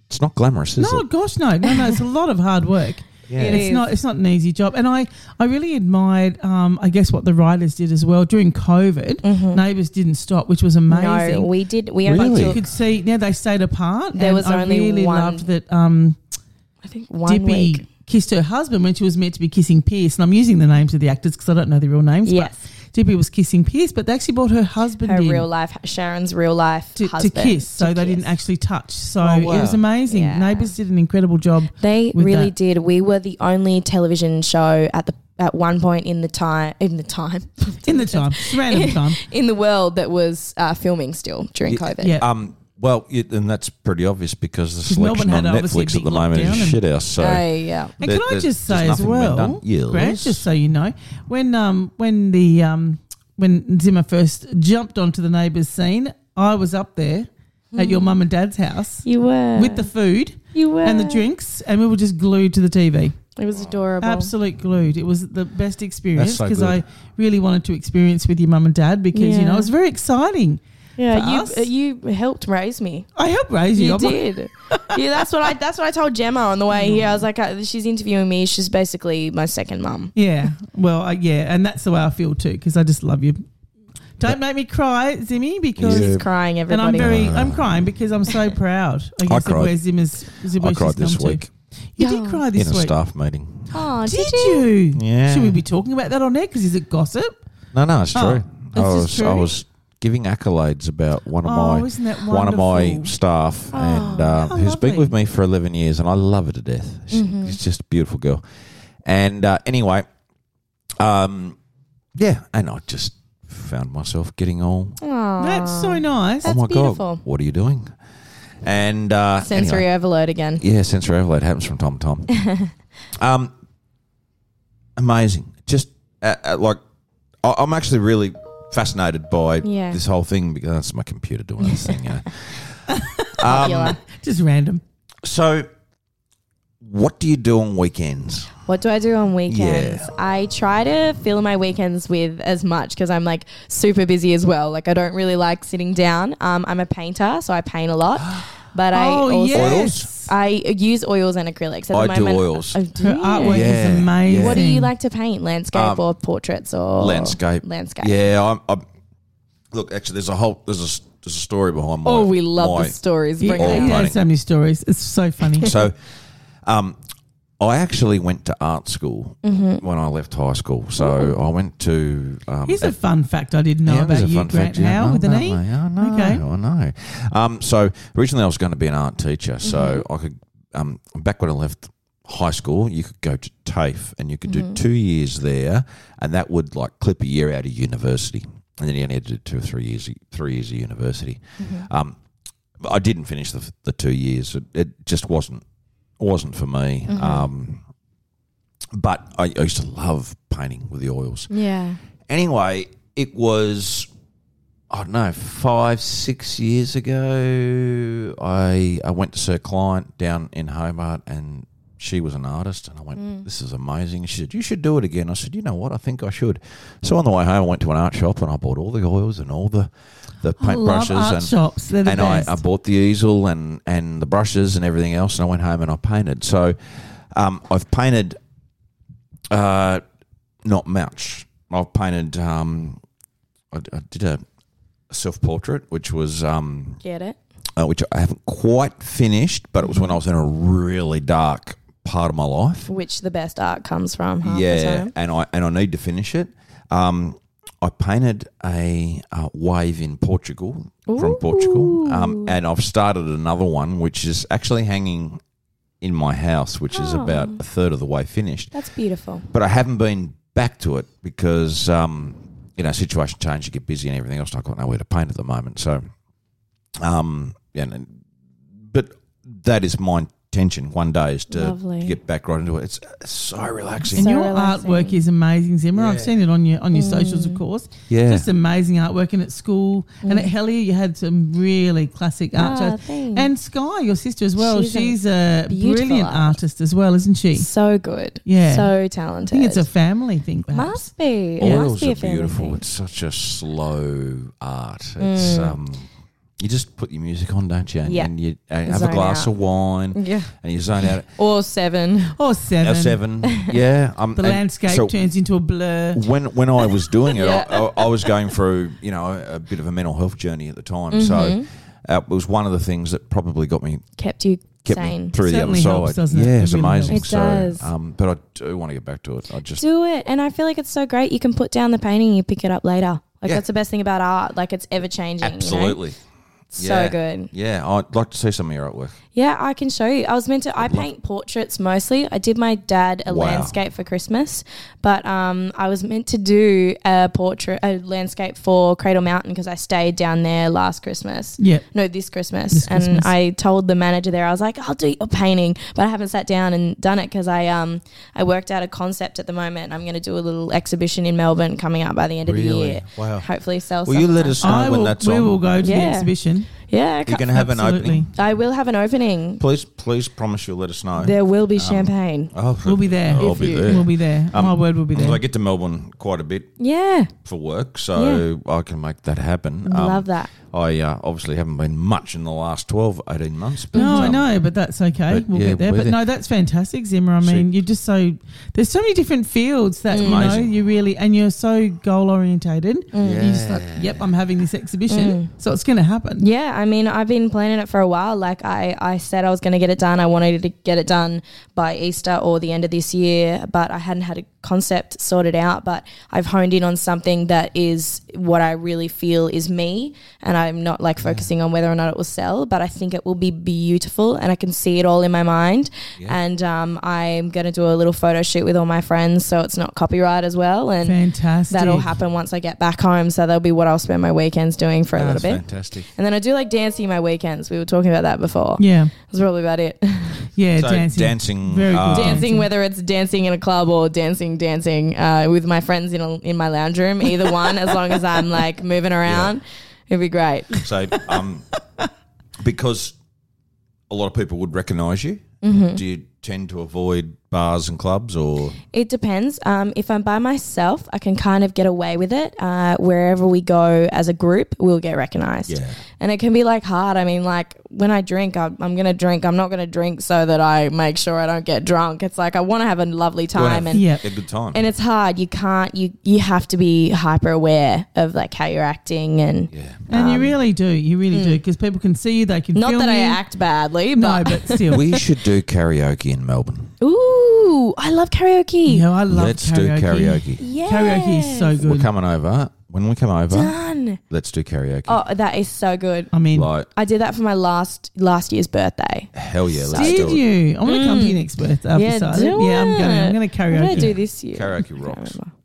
it's not glamorous, is
No,
it?
gosh, no, no, no. It's a lot of hard work.
Yeah.
It
it's
is.
not. It's not an easy job, and I, I really admired. Um, I guess what the writers did as well during COVID, neighbours didn't stop, which was amazing.
Mm-hmm. no, we did. We
Really?
only
you
took.
could see now they stayed apart.
There
and
was
I
only
really
one-
loved that. Um,
I think one
Dippy
week.
kissed her husband when she was meant to be kissing Pierce, and I'm using the names of the actors because I don't know their real names.
Yes,
but Dippy was kissing Pierce, but they actually brought her husband
her
in
real life, Sharon's real life
to, to
husband
kiss, so
to
they
kiss.
didn't actually touch. So
Oh, wow.
it was amazing.
Yeah.
Neighbours did an incredible job.
They
with
really
that.
did. We were the only television show at the at one point in the time in the time
In the time, random time.
in the world that was uh, filming still during COVID.
Yeah.
Um, well, it, and that's pretty obvious because the
Melbourne
selection on
had obviously a
Netflix at the
big
moment is
lockdown and-
shit house. So
Oh, yeah.
And
There-
can I
there's-
just
there's
say as
nothing been
well,
done. Yes.
Grant, just so you know, when um when the um when Zimmer first jumped onto the neighbours scene, I was up there at your mum and dad's house
You were
with the food
you were
and the drinks, and we were just glued to the TV.
It was adorable.
Absolute glued. It was the best experience
so
because
good.
I really wanted to experience with your mum and dad because you know
Yeah.
it was very exciting. For
Yeah,
us.
you uh, you helped raise me.
I helped raise you.
You
I'm-
did. yeah, that's what I that's what I told Gemma on the way here. I was like, uh, she's interviewing me. She's basically my second mum.
Yeah. Well, I, yeah, and that's the way I feel too because I just love you. Don't make me cry, Zimmy, because
Yeah.
She's crying.
And I'm
Everybody.
very, I'm crying because I'm so proud. I guess of
cried.
where Zimmer's, Zimmer's
I cried
just
this
come
week
To. You did
Yeah.
cry
in
this
a
week.
staff meeting.
oh,
Did you?
Yeah.
Should we be talking about that on air? Because is it gossip?
No, no, it's
Oh,
true.
this
I
is
was I
true?
was giving accolades about one of
Oh,
my
isn't that wonderful? Oh,
one of my staff and um,
how
who's been
lovely.
with me for 11 years and I love her to death. She, She's just a beautiful girl. And uh, anyway, um, yeah, and I just found myself getting all,
That's so nice.
oh
That's
my
beautiful.
God, what are you doing? And uh,
sensory
anyway,
overload again.
yeah, sensory overload happens from time to time. um, amazing. Just uh, uh, like, I, I'm actually really fascinated by
Yeah.
this whole thing because that's my computer doing this thing. You know.
Popular.
Just random.
So, what do you do on weekends?
What do I do on weekends?
Yeah.
I try to fill my weekends with as much because I'm like super busy as well. Like I don't really like sitting down. Um, I'm a painter, so I paint a lot. But I
oh
also
yes,
I use oils and acrylics. At
I
the
do
moment,
oils.
I do.
her artwork
Yeah.
is amazing.
What do you like to paint? Landscape
Um,
or portraits or
Landscape.
Landscape.
Yeah, I'm, I'm. Look, actually, there's a whole there's a s- there's a story behind my.
Oh, we love
my-
the stories.
You,
Bring
Oh,
it.
you know
funny.
so many stories. It's so funny.
So, um, I actually went to art school when I left high school. So I went to. Um,
Here's a fun fact I didn't know
Yeah, there's
about
a
you,
fun
Grant
fact you don't
Howe,
know
with an
about me.
E.
I know,
Okay.
I know. Um, so originally I was going to be an art teacher, so
Mm-hmm.
I could. Um, back when I left high school, you could go to TAFE and you could
Mm-hmm.
do two years there, and that would like clip a year out of university, and then you only had to do two or three years, three years of university.
Mm-hmm.
Um, but I didn't finish the, the two years. It, it just wasn't wasn't for me.
Mm-hmm.
Um, but I, I used to love painting with the oils.
Yeah.
Anyway, it was I don't know five six years ago. I I went to Sir Client down in Hobart, and she was an artist, and I went,
Mm.
"This is amazing." She said, "You should do it again." I said, "You know what? I think I should." So on the way home, I went to an art shop and I bought all the oils and all the the
I love
paintbrushes
art
and
shops. They're the
and I,
best.
I bought the easel and, and the brushes and everything else, and I went home and I painted. So um, I've painted Uh, not much. I've painted. Um, I, I did a self portrait, which was um,
Get it?
uh, which I haven't quite finished, but it was when I was in a really dark part of my life.
Which the best art comes from. half the
yeah,
time.
and I and I need to finish it. Um, I painted a uh, wave in Portugal from Portugal, um, and I've started another one, which is actually hanging in my house, which
Oh.
is about a third of the way finished.
That's beautiful.
But I haven't been back to it because um, you know situation change, you get busy and everything else. and I've got nowhere to paint at the moment, so um, yeah. And, but that is my intention. One day is to
Lovely.
get back right into it. It's, it's so relaxing.
And
So
your
relaxing.
artwork is amazing, Zimmer. I've seen it on your on your socials, of course.
Yeah.
Just amazing artwork. And at school and at Hellier, you had some really classic art
Mm. Ah,
shows.
thanks.
And Sky, your sister as well.
She's
She's,
a
a
beautiful
brilliant
art-
artist as well, isn't she?
So good.
Yeah.
So
I
talented.
think it's a family thing, perhaps.
must be. It must
Oils
be
are
a family
beautiful.
thing. Hmm.
It's such a slow art. It's um, you just put your music on, don't you? And,
Yeah.
and you and have
Zone
a glass
out.
of wine,
Yeah.
and you zone out.
Or seven.
Or seven.
At seven, yeah. Um,
The
and
landscape
so
turns into a blur.
When when I was doing it,
Yeah.
I, I, I was going through you know a bit of a mental health journey at the time.
Mm-hmm.
So uh, it was one of the things that probably got me
Kept you
kept
sane.
me through
Certainly
the other
helps,
side.
doesn't it?
yeah,
It
it's
really
amazing.
helps. It
so,
does.
Um, but I do want to get back to it. I just
do it. And I feel like it's so great. You can put down the painting and you pick it up later. Like
Yeah.
that's the best thing about art. Like it's ever changing.
absolutely.
You know?
Yeah.
So good.
Yeah, I'd like to see some of your artwork.
Yeah, I can show you. I was meant to. I paint portraits mostly. I did my dad a
Wow.
landscape for Christmas, but um, I was meant to do a portrait, a landscape for Cradle Mountain because I stayed down there last Christmas.
Yeah.
No, this Christmas.
This
and
Christmas.
I told the manager there, I was like, I'll do your painting, but I haven't sat down and done it because I um I worked out a concept at the moment. I'm going to do a little exhibition in Melbourne coming up by the end of the
Really?
year.
Wow.
Hopefully sell.
Will you
something.
let us know
I
when
will,
that's
we
on?
will go to the
Yeah.
exhibition.
Yeah, I,
You're
ca-
going to have an
Absolutely.
opening.
I will have an opening.
Please, please promise you'll let us know.
There will be champagne.
Oh,
We'll be there.
I'll
If
be
you-
there.
We'll be there.
Um,
My word, we'll be there.
I get to Melbourne quite a bit
Yeah.
for work, so I can make that happen. Um,
Love that.
I uh, obviously haven't been much in the last 12, 18 months. But,
No, I
um,
know, but that's okay.
but
we'll
yeah,
get there.
we're
But
there.
no, that's fantastic, Zimmer. I mean, you're just so there's so many different fields that you know
amazing.
you really and you're so goal orientated.
Mm.
You're just like,
Yeah.
yep, I'm having this exhibition, so it's going to happen.
Yeah, I mean, I've been planning it for a while. Like I, I said I was going to get it done. I wanted to get it done by Easter or the end of this year, but I hadn't had a concept sorted out. But I've honed in on something that is what I really feel is me, and I'm not like focusing on whether or not it will sell. But I think it will be beautiful, and I can see it all in my mind. And um, I'm going to do a little photo shoot with all my friends, so it's not copyright as well. And
Fantastic.
that'll happen once I get back home. So that'll be what I'll spend my weekends doing for a
That's
little bit.
fantastic.
And then I do like dancing my weekends. We were talking about that before.
Yeah,
That's probably about it.
Um,
yeah,
So
dancing.
dancing,
Very good.
uh,
dancing,
Dancing.
whether it's dancing in a club or dancing, dancing uh, with my friends in, a, in my lounge room, either one, as long as I'm like moving around, it'd be great.
So, um, because a lot of people would recognise you,
Mm-hmm.
do you tend to avoid bars and clubs or
It depends. Um, if I'm by myself, I can kind of get away with it. Uh, wherever we go as a group, we'll get recognized.
Yeah.
And it can be like hard. I mean, like when I drink, I, I'm going to drink. I'm not going to drink so that I make sure I don't get drunk. It's like I want to have a lovely
You wanna
time.
have
and
Yeah.
a good time?
and it's hard. You can't. You you have to be hyper aware of like how you're acting, and
yeah.
and you really do, you really do, because people can see you, they can
Um, mm. not
feel
that I
you.
act badly,
No,
but
but still,
We should do karaoke in Melbourne.
ooh, I love karaoke.
yeah, I love
Let's
karaoke.
do karaoke.
Yes.
Karaoke is so
We're
good.
coming over. When we come over,
done.
let's do karaoke.
Oh, that is so good.
I mean,
Like
I did that for my last last year's birthday.
hell yeah, let's
did
do it.
you? I want to come to your next birthday. I've
Mm. Yeah,
decided.
do
yeah, I'm going.
it.
I'm going to
What
karaoke.
did I do this year?
Karaoke
I can't
rocks.
remember.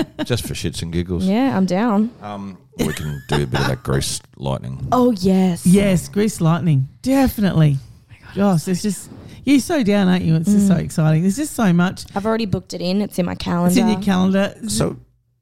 Um, just for shits and giggles.
Yeah, I'm down.
Um, we can do a bit of that grease lightning.
Oh yes.
Yes, Grease Lightning. Definitely. Gosh, there's just you're so down, aren't you? It's just so
Mm.
exciting. There's just so much.
I've already booked it in. It's in my
It's
calendar.
in your calendar.
So,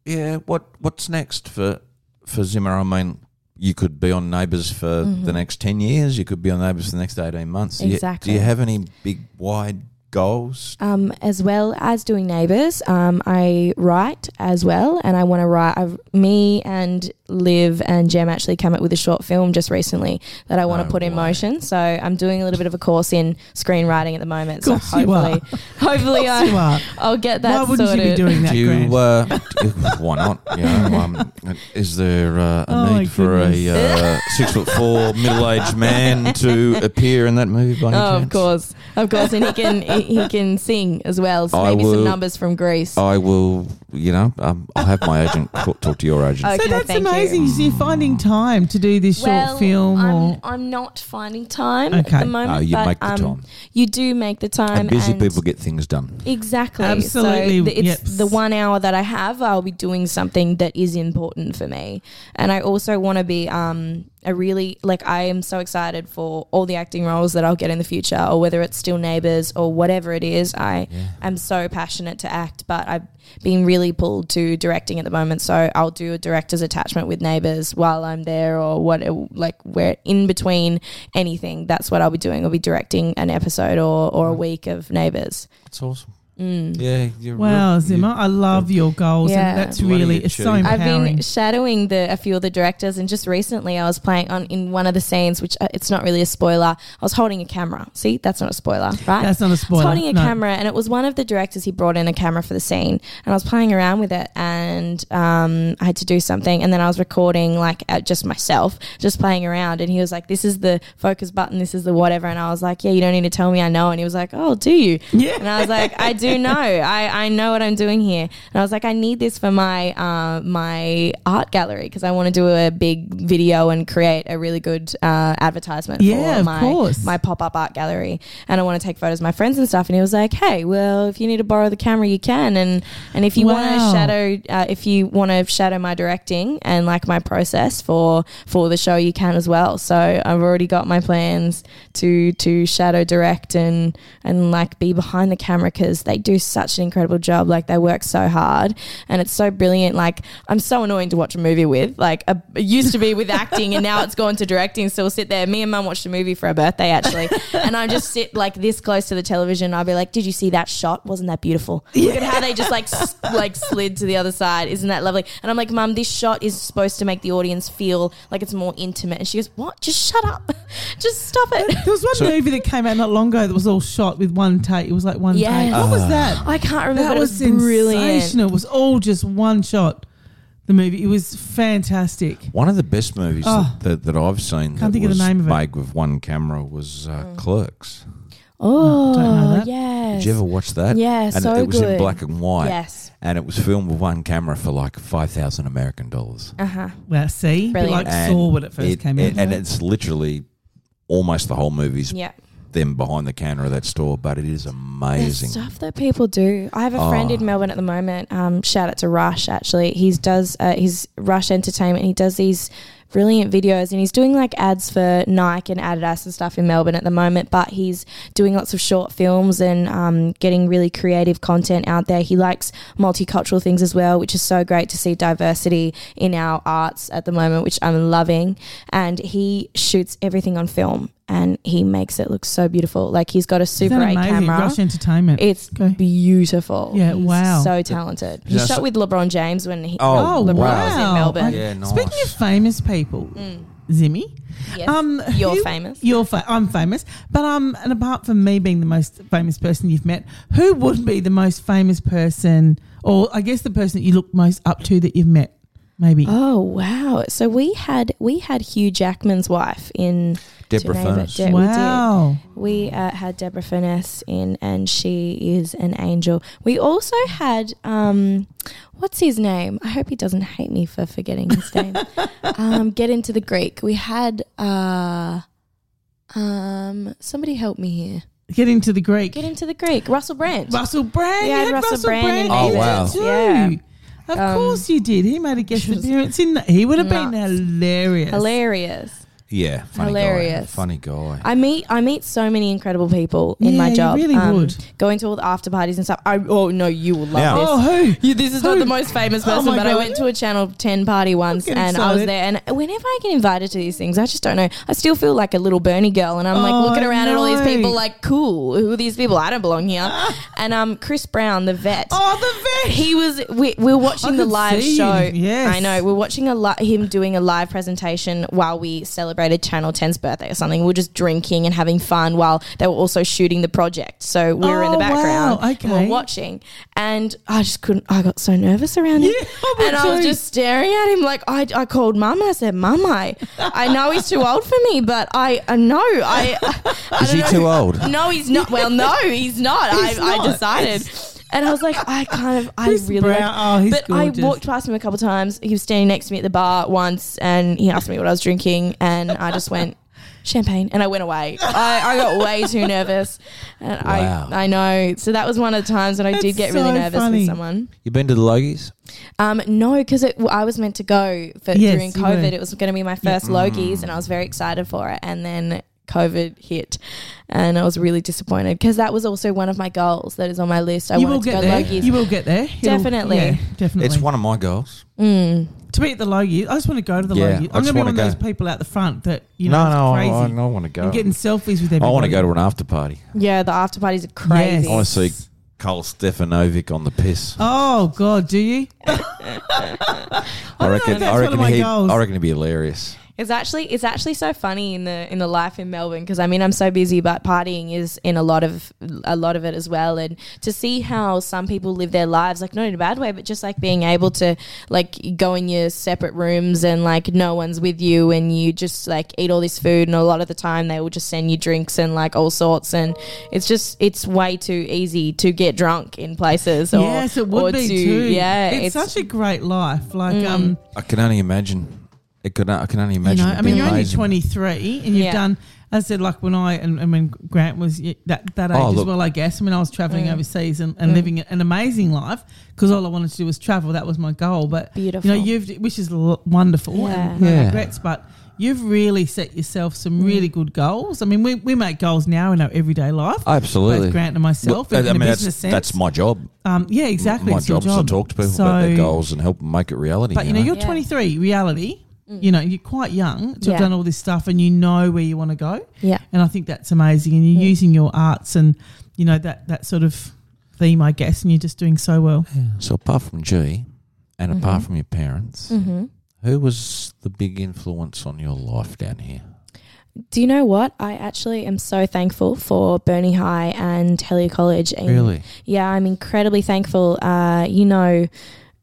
yeah, what what's next for for Zimmer? I mean, you could be on Neighbours for the next ten years. You could be on Neighbours for the next eighteen months. Do you-
Exactly.
Do you have any big wide goals?
Um, as well as doing neighbours, um, I write as well, and I want to write. I've, me and Liv and Jem actually came up with a short film just recently that I want
Oh,
to
No
put in
way.
motion. So I'm doing a little bit of a course in screenwriting at the moment. So
Course you are.
hopefully, hopefully
Yes, you
I,
are.
I'll get that
Why wouldn't
sorted.
you be doing that,
Do
Grant?
you, uh, do- why not? You know, um, is there uh, a
Oh, my
need for a
goodness.
uh, six foot four middle aged man to appear in that movie? By any
Oh, of
chance?
course, of course, and he can he, he can sing as well. So
I
maybe
will-
some numbers from
Oh.
Greece.
I will, you know, um, I'll have my agent co- talk to your agent.
Okay,
so that's
thank you.
amazing. You. are
Mm.
finding time to do this short film
I'm,
or
I'm not finding time
Okay. Oh,
at the moment.
No, you
but,
make the
um,
time.
You do make the time.
and busy
and-
people get things done.
Exactly.
Absolutely,
So the, it's
yes.
the one hour that I have, I'll be doing something that is important for me. And I also want to be um, a really, like, I am so excited for all the acting roles that I'll get in the future, or whether it's still Neighbours or whatever it is. I am so passionate to act, but I've been really pulled to directing at the moment. So I'll do a director's attachment with Neighbours while I'm there, or what, like, where in between anything. That's what I'll be doing. I'll be directing an episode or, or a week of Neighbours. Mm.
It's awesome. Yeah. You're
wow,
real-
Zimmer, I love your goals,
Yeah.
and that's
Bloody
really it's so
achievement.
I've
empowering.
been shadowing the a few of the directors, and just recently I was playing on in one of the scenes, which uh, it's not really a spoiler. I was holding a camera. See, that's not a spoiler, right?
That's not a spoiler,
I was holding a
no.
camera, and it was one of the directors. He brought in a camera for the scene, and I was playing around with it, and um, I had to do something, and then I was recording like at just myself, just playing around, and he was like, "This is the focus button. This is the whatever," and I was like, "Yeah, you don't need to tell me. I know." And he was like, "Oh, do you?"
Yeah.
And I was like, I do know. I, I know what I'm doing here. And I was like, I need this for my uh, my art gallery because I want to do a big video and create a really good uh, advertisement
Yeah,
for
of
my
course.
my pop up art gallery. And I want to take photos of my friends and stuff. And he was like, Hey, well, if you need to borrow the camera, you can. And and if you want to
Wow.
shadow, uh, if you want to shadow my directing and like my process for for the show, you can as well. So I've already got my plans to to shadow direct and and like be behind the camera because they do such an incredible job. Like they work so hard and it's so brilliant. Like I'm so annoying to watch a movie with. Like a, it used to be with acting and now it's gone to directing. So we'll sit there. Me and mum watched a movie for her birthday actually, and I just sit like this close to the television. I'll be like, "Did you see that shot? Wasn't that beautiful? Look at how they just like s- like slid to the other side. Isn't that lovely?" And I'm like, "Mum, this shot is supposed to make the audience feel like it's more intimate." And she goes, "What? Just shut up. just stop it."
There was one movie that came out not long ago that was all shot with one take. It was like one
Yes.
take. What was that?
I can't remember.
That
but it
was
was brilliant.
sensational. It was all just one shot. The movie. It was fantastic.
One of the best movies
Oh.
that, that, that I've seen that
think of
was
the name of it. Mm.
made with one camera was uh, Clerks.
Oh,
Don't know that.
yes.
Did you ever watch that?
Yeah,
and
so
it was in
good.
black and white.
Yes.
And it was filmed with one camera for like five thousand American dollars.
Uh huh.
Well, see, Bit
Brilliant.
like
And
Saw when it first
it-
came out.
and, and it's literally almost the whole movie's
Yeah.
them behind the counter of that store, but it is amazing.
The stuff that people do. I have a friend
Oh.
in Melbourne at the moment. Um, shout out to Rush. Actually, he's does uh, he's Rush Entertainment. He does these brilliant videos, and he's doing like ads for Nike and Adidas and stuff in Melbourne at the moment. But he's doing lots of short films and um, getting really creative content out there. He likes multicultural things as well, which is so great to see diversity in our arts at the moment, which I'm loving. And he shoots everything on film. And he makes it look so beautiful. Like he's got a
Isn't
super
that
eight
amazing?
camera.
Rush Entertainment.
It's
Okay.
beautiful.
Yeah,
He's
wow.
So talented. He
Yeah,
shot
so-
with LeBron James when he.
Oh,
LeBron
wow.
was in Melbourne. Mm.
Yeah, nice.
Speaking of famous people, Zimmy,
Yes.
um,
You're
who-
famous.
You're fa- I'm famous, but um, and apart from me being the most famous person you've met, who would be the most famous person, or I guess the person that you look most up to that you've met, maybe?
Oh wow! So we had we had Hugh Jackman's wife in
Deborah
Geneva.
Furness.
Yeah, we did.
wow.
We uh, had Deborah Furness in, and she is an angel. We also had um, what's his name? I hope he doesn't hate me for forgetting his name. um, get into the Greek. We had uh, um, somebody help me here.
Get into the Greek.
Get into the Greek. Russell Brand.
Russell Brand. you
Yeah, I
had
had
Russell,
Russell
Brand.
in
Brand
in
it. Oh,
wow.
too. Of
Um,
course you did. He made a guest appearance in that. He would have been
nuts.
hilarious.
Hilarious.
Yeah, funny guy.
Hilarious.
funny guy.
I meet I meet so many incredible people in
Yeah,
my
you
job. um,
really would.
Going to all the after parties and stuff. I oh no, you will love
Now-
this.
Oh, who?
You, this is not
Who?
the most famous
Oh
person,
my
but I
God.
went to a Channel 10 party once
get
and I was
excited.
there. And whenever I get invited to these things, I just don't know. I still feel like a little Bernie girl. And I'm like
Oh,
looking around at all these
no. Ah.
people, like, cool, who are these people? I don't belong here. and um, Chris Brown, the vet.
Oh, the vet.
He was. We, we were watching
I
the
could
live
see you.
show.
Yes.
I know. We were watching a li- him doing a live presentation while we celebrated Channel 10's birthday or something. We were just drinking and having fun while they were also shooting the project. So we were in the
Oh, wow.
background. And we
Okay.
were watching, and I just couldn't. I got so nervous around him,
Yeah, I would
and I was
too.
just staring at him like I. I called mum. and I said, "Mum, I, I know he's too old for me, but I, I know I." I
Is he
don't know-
too old?
No, he's not. Well, no, he's not.
He's
I,
not.
I decided. And I was like, I kind of, I
Chris
really,
Brown.
like-
Oh, he's
but
gorgeous.
I walked past him a couple times. He was standing next to me at the bar once, and he asked me what I was drinking, and I just went champagne, and I went away. I, I got way too nervous, and
Wow.
I, I know. So that was one of the times that I did
That's
get really
so
nervous
funny.
with someone.
you been to the Logies?
Um, no, because I was meant to go for
Yes,
during
you
COVID.
were.
It was going to be my first Logies, and I was very excited for it. And then COVID hit, and I was really disappointed because that was also one of my goals that is on my list. I
you will
wanted to
get
go
there.
Logies.
You will get there. It'll-
Definitely.
yeah, definitely.
It's one of my goals.
Mm.
to be at the Logie. I just want to go to the
Yeah,
Logie.
I
I'm
just
going to be
wanna
one of
go.
those people out the front that you know.
no, no,
it's
I,
crazy.
I, want to go.
and getting selfies with everybody.
I want to go to an after party.
Yeah, the after parties are
Yes.
crazy.
I want to see Carl Stefanovic on the piss.
Oh God, do you?
I
don't know
reckon.
if that's
I
one
reckon
of my
he.
goals.
I reckon it'd be hilarious.
It's actually it's actually so funny in the in the life in Melbourne because I mean I'm so busy, but partying is in a lot of a lot of it as well. And to see how some people live their lives, like not in a bad way, but just like being able to like go in your separate rooms and like no one's with you, and you just like eat all this food, and a lot of the time they will just send you drinks and like all sorts, and it's just it's way too easy to get drunk in places. Or,
yes, it would
or
be
to-
too.
Yeah, Mm.
it's, such a great life. Like, um,
I can only imagine. It could. I can only
you
imagine.
know,
it'd
I
be
mean, you're only
amazing.
23, and you've
Yeah.
done. I said, like when I and, and when Grant was y- that that age
Oh,
as
look.
well. I guess. I mean, I was
Mm.
traveling overseas and, and living an amazing life because all I wanted to do was travel. That was my goal. But
Beautiful.
you know, you've which is l- wonderful.
Yeah.
And no
Yeah.
regrets, but. You've really set yourself some
Mm.
really good goals. I mean, we, we make goals now in our everyday life.
Absolutely.
Both Grant and myself
Well,
in,
I
a
mean,
business
that's,
sense.
that's my job.
Um, yeah, exactly.
My
it's your
job's
job
to talk to people about their goals and help them make it reality.
But you know, you're
Yeah. Mm.
23. Reality, you know, you're quite young to
Yeah.
have done all this stuff, and you know where you want to go.
yeah.
And I think that's amazing. And
Mm.
you're using your arts and you know that that sort of theme, I guess. And you're just doing so well.
so apart from G, and
Mm-hmm.
apart from your parents, who was the big influence on your life down here?
Do you know what? I actually am so thankful for Bernie High and Helio College. And
Really?
Yeah, I'm incredibly thankful. Uh, you know,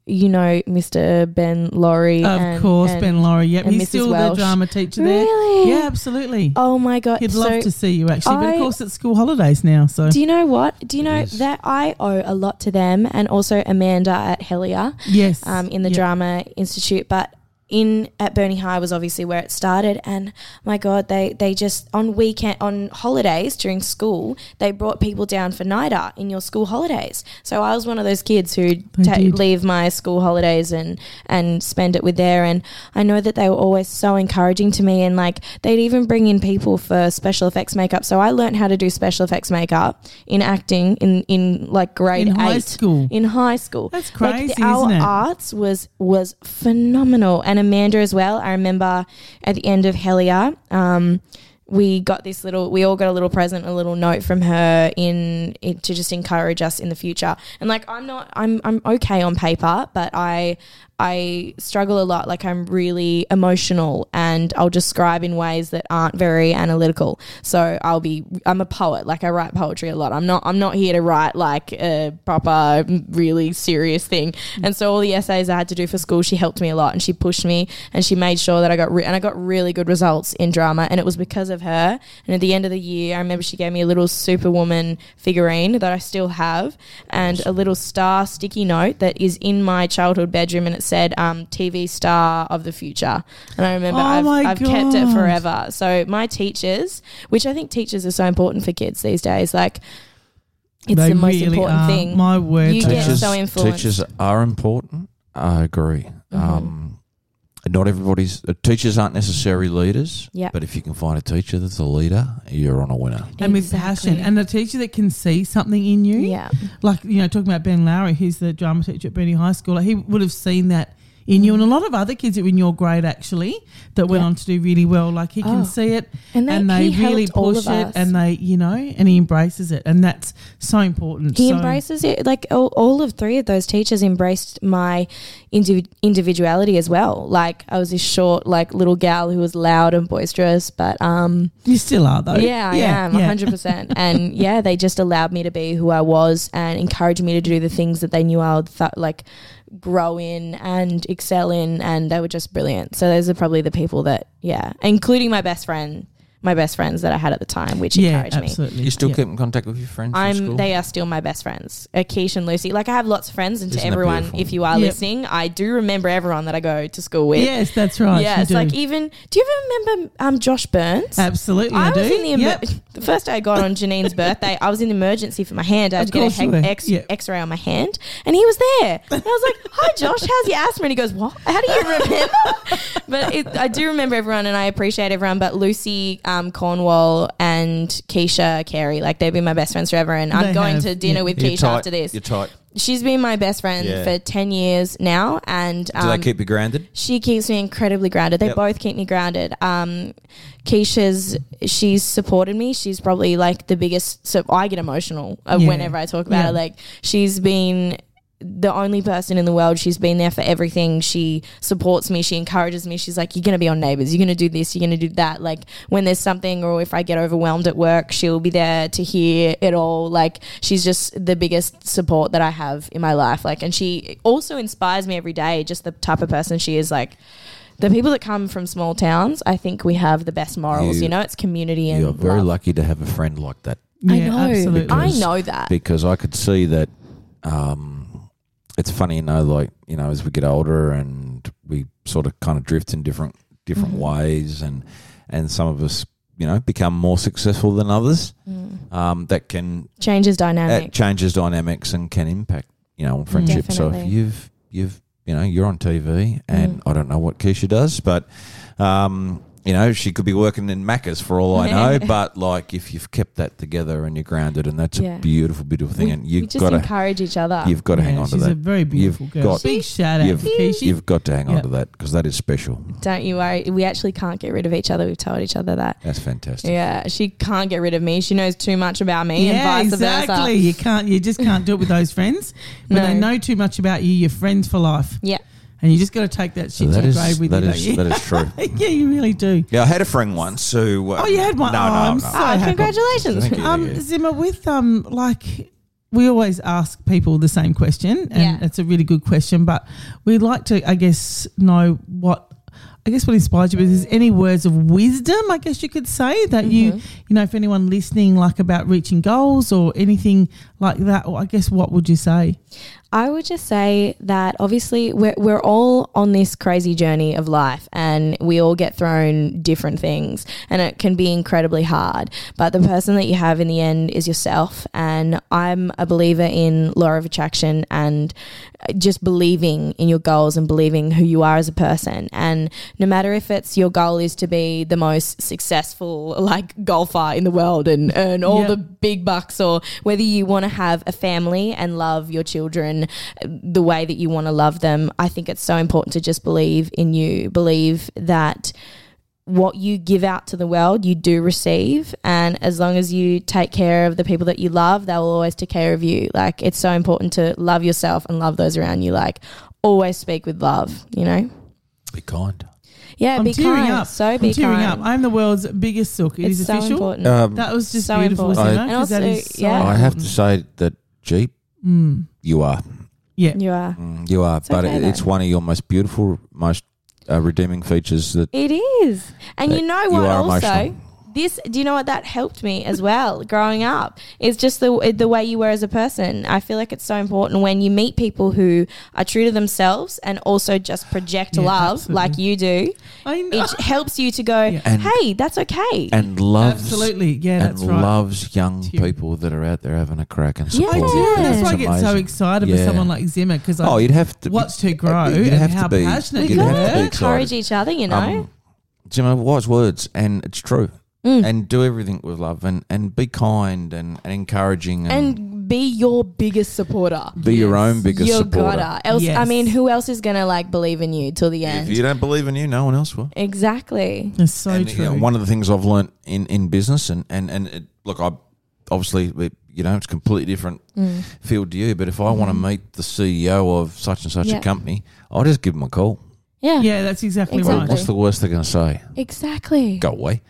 you know, Mr. Ben Laurie.
of
and-
course,
and-
Ben Laurie. Yep,
and
he's
Mrs.
still
Welsh.
the drama teacher there.
Really?
Yeah, absolutely.
Oh my god.
He'd
so
love to see you actually, but
I-
of course it's school holidays now, so
do you know what? Do you know
It is.
that I owe a lot to them and also Amanda at Helia.
yes,
um, in the
Yep.
drama institute but in at Bernie High was obviously where it started and my god they they just on weekend on holidays during school they brought people down for NIDA in your school holidays so I was one of those kids who
They
ta-
did.
leave my school holidays and and spend it with there and I know that they were always so encouraging to me and like they'd even bring in people for special effects makeup so I learned how to do special effects makeup in acting in in like grade
In high
8
school.
in high school
That's
like
crazy,
the, our
isn't it?
arts was was phenomenal, and Amanda as well. I remember at the end of Helia, um, we got this little. We all got a little present, a little note from her in, in to just encourage us in the future. And like, I'm not, I'm, I'm okay on paper, but I, I struggle a lot. Like, I'm really emotional, and I'll describe in ways that aren't very analytical. So I'll be, I'm a poet. Like, I write poetry a lot. I'm not, I'm not here to write like a proper, really serious thing. And so all the essays I had to do for school, she helped me a lot and she pushed me and she made sure that I got re- and I got really good results in drama and it was because of her. And at the end of the year, I remember she gave me a little superwoman figurine that I still have and a little star sticky note that is in my childhood bedroom and it said um, TV star of the future. And I remember
Oh
I've,
my
I've kept it
God.
forever. So my teachers, which I think teachers are so important for kids these days, like it's
They
the most
really
important
are.
thing.
My word,
You
they
get
are.
so influenced. Mm-hmm.
teachers are important. I agree. Um, not everybody's uh, teachers aren't necessarily leaders.
Yeah.
But if you can find a teacher that's a leader, you're on a winner.
and with passion, and a teacher that can see something in you.
yeah.
like you know talking about Ben Lowry, who's the drama teacher at Bernie High School. Like, he would have seen that in you, and a lot of other kids that were in your grade actually that went
Mm. Yeah.
on to do really well. Like he
Oh.
can see it,
And they-
and they
he
really
helped all
push
of
it,
us.
and they you know, and he embraces it, and that's so important.
He
so,
embraces it. Like all, all of three of those teachers embraced my indiv- individuality as well. Like I was this short, like little gal who was loud and boisterous, but um,
You still are though.
yeah, I am
Uh, yeah.
hundred percent. And yeah, they just allowed me to be who I was and encouraged me to do the things that they knew I would th- like grow in and excel in, and they were just brilliant. So those are probably the people that yeah, including my best friend, my best friends that I had at the time, which
Yeah,
encouraged me.
absolutely.
You still
yeah.
keep in contact with your friends from
I'm.
school?
They are still my best friends, Uh, Keish and Lucy. Like I have lots of friends, and to
Isn't that
everyone,
beautiful?
if you are
Yep.
listening, I do remember everyone that I go to school with.
Yes, that's right.
yeah.
you
It's
do.
like even. Do you ever remember um, Josh Burns?
absolutely. I,
I was
do.
in the emer-
Yep.
the first day I got on Janine's birthday. I was in emergency for my hand. I had
Of
to get a
course you
he-
were.
X
Yeah.
X-ray on my hand, and he was there. And I was like, "Hi, Josh, how's your asthma?" And he goes, "What? How do you remember?" but it, I do remember everyone, and I appreciate everyone. But Lucy um, Cornwall and Keisha Carey, like they've been my best friends forever, and I'm
They
going
have,
to dinner
yeah.
with
You're
Keisha
tight.
after this.
You're tight.
She's been my best friend
Yeah.
for ten years now, and
Do
um,
they keep you grounded?
she keeps me incredibly grounded. They
Yep.
both keep me grounded. Um, Keisha's she's supported me. She's probably like the biggest. So I get emotional uh,
Yeah.
whenever I talk about
Yeah.
it. Like she's been the only person in the world. She's been there for everything. She supports me. She encourages me. She's like, "You're gonna be on Neighbours. You're gonna do this. You're gonna do that." Like when there's something, or if I get overwhelmed at work, she'll be there to hear it all. Like she's just the biggest support that I have in my life. Like, and she also inspires me every day. Just the type of person she is. Like. The people that come from small towns, I think we have the best morals.
You-
You, know, it's community and
You're very
love.
lucky to have a friend like that
I
Yeah,
know.
absolutely.
I
Because-
know that.
because I could see that. Um, it's funny, you know, like you know, as we get older and we sort of kind of drift in different different ways, and and some of us, you know, become more successful than others. Um, that can
Changes Mm. dynamic.
that changes dynamics and can impact you know on friendships. So if
Definitely.
you've you've you know you're on TV
Mm.
and I don't know what Keisha does, but um, you know she could be working in Macca's for all I know. but like if you've kept that together and you're grounded, and that's
Yeah.
a beautiful, beautiful thing,
we,
and
we
you've
just
got to
encourage each other.
you've got to
yeah,
hang on to
she's a
that.
very beautiful girl.
got-
Big shout out,
you've-
to Keisha.
You've got to hang on
Yeah.
to that because that is special.
Don't you worry. We actually can't get rid of each other. We've told each other that.
That's fantastic.
Yeah, she can't get rid of me. She knows too much about me, and vice
exactly.
versa.
You can't. You just can't do it with those friends when
No.
they know too much about you. You're friends for life,
Yeah,
and you just got to take that
So
shit to
that
the
is
grave with
that
you.
is
don't
that is true.
you? yeah, you really do.
Yeah, I had a friend once who. uh,
Oh, you had one?
No,
Oh,
no,
I'm
no.
so
Oh,
happy.
congratulations.
Thank you, thank
Um,
you.
Zimmer, with um, like we always ask people the same question, and
Yeah.
it's a really good question. But we'd like to, I guess, know what. I guess what inspires you is there any words of wisdom, I guess you could say, that you,
Mm-hmm.
you know, if anyone listening, like about reaching goals or anything like that, or I guess what would you say?
I would just say that obviously we're, we're all on this crazy journey of life and we all get thrown different things and it can be incredibly hard. But the person that you have in the end is yourself. And I'm a believer in law of attraction and just believing in your goals and believing who you are as a person. And no matter if it's your goal is to be the most successful, like golfer in the world and earn all
Yeah.
the big bucks or whether you want to have a family and love your children the way that you want to love them. I think it's so important to just believe in you, believe that what you give out to the world, you do receive. And as long as you take care of the people that you love, they will always take care of you. Like, it's so important to love yourself and love those around you. Like, always speak with love, you know?
Be kind.
Yeah,
I'm
be
tearing
kind.
up.
So be
I'm tearing
kind.
up. I'm the world's biggest sook. It
it's
is
so
official.
important.
Um,
That was just
So
beautiful,
important.
Zimmer,
I-
And
'cause that
also,
is so
yeah.
I have to say
important.
that Jeep,
Mm.
you are,
Yeah.
you are.
Mm, you are, but
okay,
it,
though.
it's one of your most beautiful, most uh, redeeming features that
It is. And
that
you know
you
what
are
also?
emotional.
this do you know what that helped me as well growing up it's just the the way you were as a person i feel like it's so important when you meet people who are true to themselves and also just project
Yeah,
love
absolutely.
like you do
I know.
it helps you to go
And-
hey that's okay
and loves
Absolutely. Yeah,
and
that's right.
loves young
Tear.
people that are out there having a crack and
Yeah,
support.
I do.
Yeah,
them.
that's why I
It's
get so
amazing.
excited
Yeah.
with someone like Zimmer because I
Oh, you'd have to
watched her grow
You'd
and
have
how
to be.
passionate
we
you'd
you
have to be
gotta
were.
encourage
excited.
each other you know
Um, Jimmy, wise words, and it's true.
Mm.
And do everything with love, and, and be kind and, and encouraging, and,
and be your biggest supporter
be your own biggest
you
supporter.
gotta else i
Yes.
mean who else is gonna like believe in you till the
If
end
you don't believe in you, no one else will.
exactly
It's so
and, you
true.
know, one of the things I've learnt in, in business, and and and it, look, I obviously it- you know it's a completely different
Mm.
field to you. But if I want to meet the CEO of such and such
Yeah.
a company, I'll just give them a call.
yeah
yeah, that's exactly,
Exactly.
right.
What's the worst they're going to say?
exactly
Go away.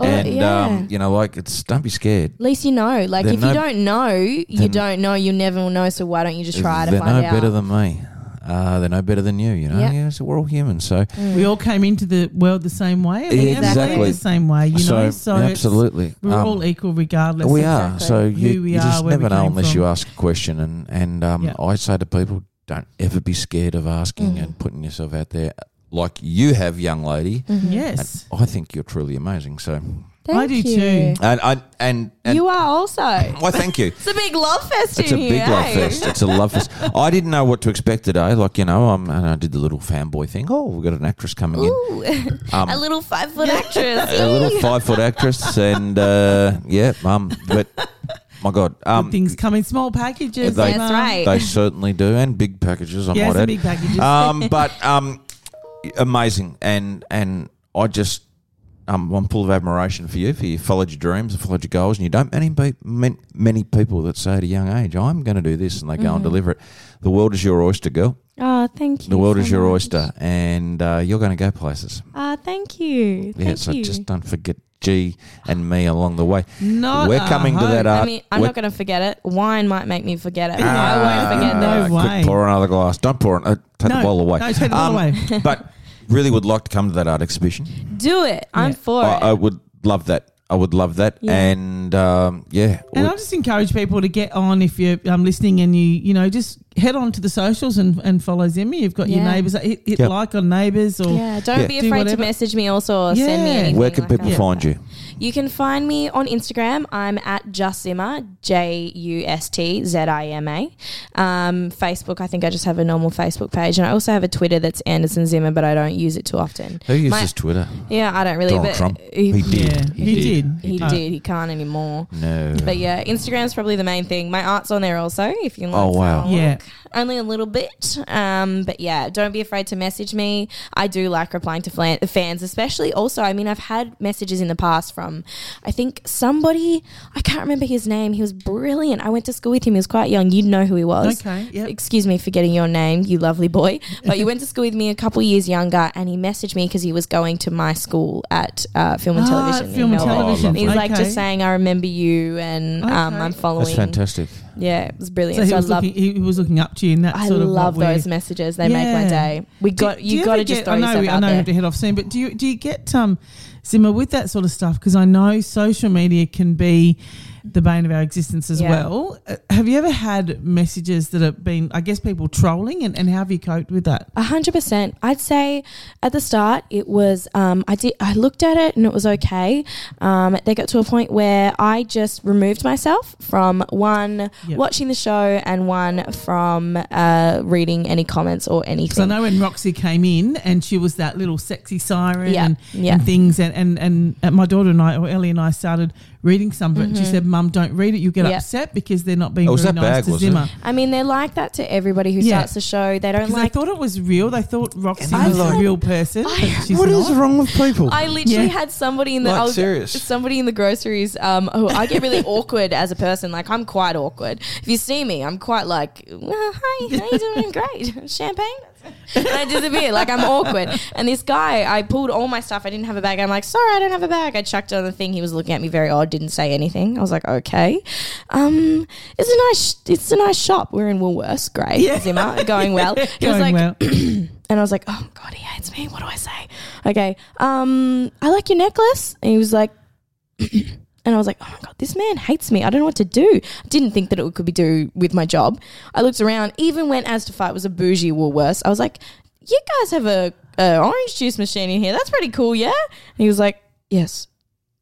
Oh,
and
yeah.
um, you know, like it's don't be scared.
At least you know. Like,
They're
if
no-
you don't know, you
they're-
don't know. You never will know. So why don't you just try to
they're
find
no
out?
better than me. Uh, they're no better than you. You know,
Yeah. Mm,
yeah. So we're all human. So
We all came into the world the same way. and We
Exactly.
exactly the same way, you
so,
know. So it's-
absolutely,
we're
Um,
all equal regardless.
we
of-
are. So
Who
you,
we
you
are,
just
where we
never know
came
unless
from.
you ask a question. And and um,
Yeah. Mm.
I say to people, don't ever be scared of asking and putting yourself out there, like you have, young lady.
Mm-hmm.
Yes.
I think you're truly amazing. So
Thank
I do
you.
too.
and I and, and
You are also.
Well, thank you.
It's a big love fest
It's a
in here.
big love
eh?
fest. It's a love fest. I didn't know what to expect today. Like you know, um, and I did the little fanboy thing. Oh, we've got an actress coming in.
Ooh,
Um,
a little five foot actress.
a little five foot actress, and uh, yeah, um, but my God, um,
Things come in small packages.
They-
That's
Emma.
right.
they certainly do, and big packages. I
Yes,
might add.
big packages.
um, but um, amazing, and and I just um, I'm full of admiration for you. For you followed your dreams and followed your goals, and you don't many pe- men- many people that say at a young age, "I'm going to do this," and they go and
Mm-hmm.
deliver it. The world is your oyster, girl.
oh, thank you.
The world
so
is your
much.
oyster, and uh, you're going to go places.
Ah, thank you.
Yeah,
Thank
so
you.
just don't forget G and me along the way.
Not
We're
a
coming to that.
hope.
Uh,
I mean, I'm
we're-
not going to forget it. Wine might make me forget it.
Ah,
I won't forget
No
that.
quick,
way.
pour another glass. Don't pour it. Uh, take
No,
the bottle away. Um,
no, take the bottle away.
but really would like to come to that art exhibition.
Do it. I'm
Yeah.
for
I,
it.
Uh, I would love that. I would love that.
Yeah.
And um, yeah,
And
we-
I just encourage people to get on if you're um, listening and you, you know, just head on to the socials and, and follow Zimmy. You've got your
Yeah.
neighbours. Hit, hit
Yep.
like on neighbours or
yeah, don't
Yeah.
be
Do
afraid to
whatever.
message me also or send me
Yeah.
anything.
where can
like
people
that.
find you?
You can find me on Instagram. I'm at Justzima, J U S T Z I M A. Um, Facebook, I think I just have a normal Facebook page. And I also have a Twitter that's Anderson Zimmer, but I don't use it too often.
Who uses
My-
Twitter?
Yeah, I don't really.
Donald
but
Trump.
He,
He did.
Yeah, he did.
he
Oh.
did. He can't anymore.
No.
But yeah, Instagram's probably the main thing. My art's on there also, if you like.
Oh, wow.
have a
Yeah.
look. Only a little bit. Um, but yeah, don't be afraid to message me. I do like replying to flan- fans, especially also, I mean, I've had messages in the past from, I think, somebody, I can't remember his name. He was brilliant. I went to school with him. He was quite young. You'd know who he was.
Okay, yep.
Excuse me for getting your name, you lovely boy. But you went to school with me a couple years younger, and he messaged me because he was going to my school at uh, Film and
Ah,
Television. in
film and
Melbourne.
lovely.
television.
He's like
Okay.
just saying, "I remember you," and um,
Okay.
I'm
That's
following.
That's fantastic.
Yeah, it was
So
brilliant.
he
So, I
was,
love,
looking, he was looking up to you, and that
I
sort of
love
what we're-
those messages. They make my
Yeah.
day. We
Do-
got
do
you,
ever
got to
get-
just throw
I know,
yourself
we- I
out
know we
there.
have to head off soon, but do you do you get um, Zimmer with that sort of stuff? Because I know social media can be the bane of our existence as
Yeah.
well. Uh, have you ever had messages that have been, I guess, people trolling, and, and how have you coped with that?
A hundred percent. I'd say at the start it was um, I did I looked at it and it was okay. Um, they got to a point where I just removed myself from one
Yep.
watching the show and one from uh, reading any comments or anything.
Because I know when Roxy came in and she was that little sexy siren
Yeah,
and,
yeah.
and things, and, and, and uh, my daughter and I, or Ellie and I, started reading some of it. And she said, Mum, don't read it. You'll get
Mm-hmm. Yeah.
upset because they're not being
It Oh, was
very
that
nice
bag,
to
wasn't it?
Zimmer.
I mean, they're like that to everybody who
Yeah.
starts the show. They don't
Because
like
they thought it was real. They thought Roxy
I
was
thought-
a real person.
I-
but she's
What is
not.
wrong with people?
I literally
Yeah.
had somebody in the
Like,
I was-
serious.
somebody in the groceries. Um, who I get really awkward as a person. Like I'm quite awkward. If you see me, I'm quite like, well, hi, how you doing? Great, champagne. and I disappear like I'm awkward. And this guy, I pulled all my stuff. I didn't have a bag. I'm like, sorry, I don't have a bag. I chucked it on the thing. He was looking at me very odd. Didn't say anything. I was like, okay. Um, it's a nice, it's a nice shop. We're in Woolworths. Great, Zimmer, going well. He was
Going
like,
well.
and I was like, oh God, he hates me. What do I say? Okay, um, I like your necklace. And he was like, and I was like, oh my God, this man hates me. I don't know what to do. I didn't think that it could be do with my job. I looked around, even went as to fight was a bougie Woolworths. I was like, you guys have a, a orange juice machine in here. That's pretty cool, yeah? And he was like, yes.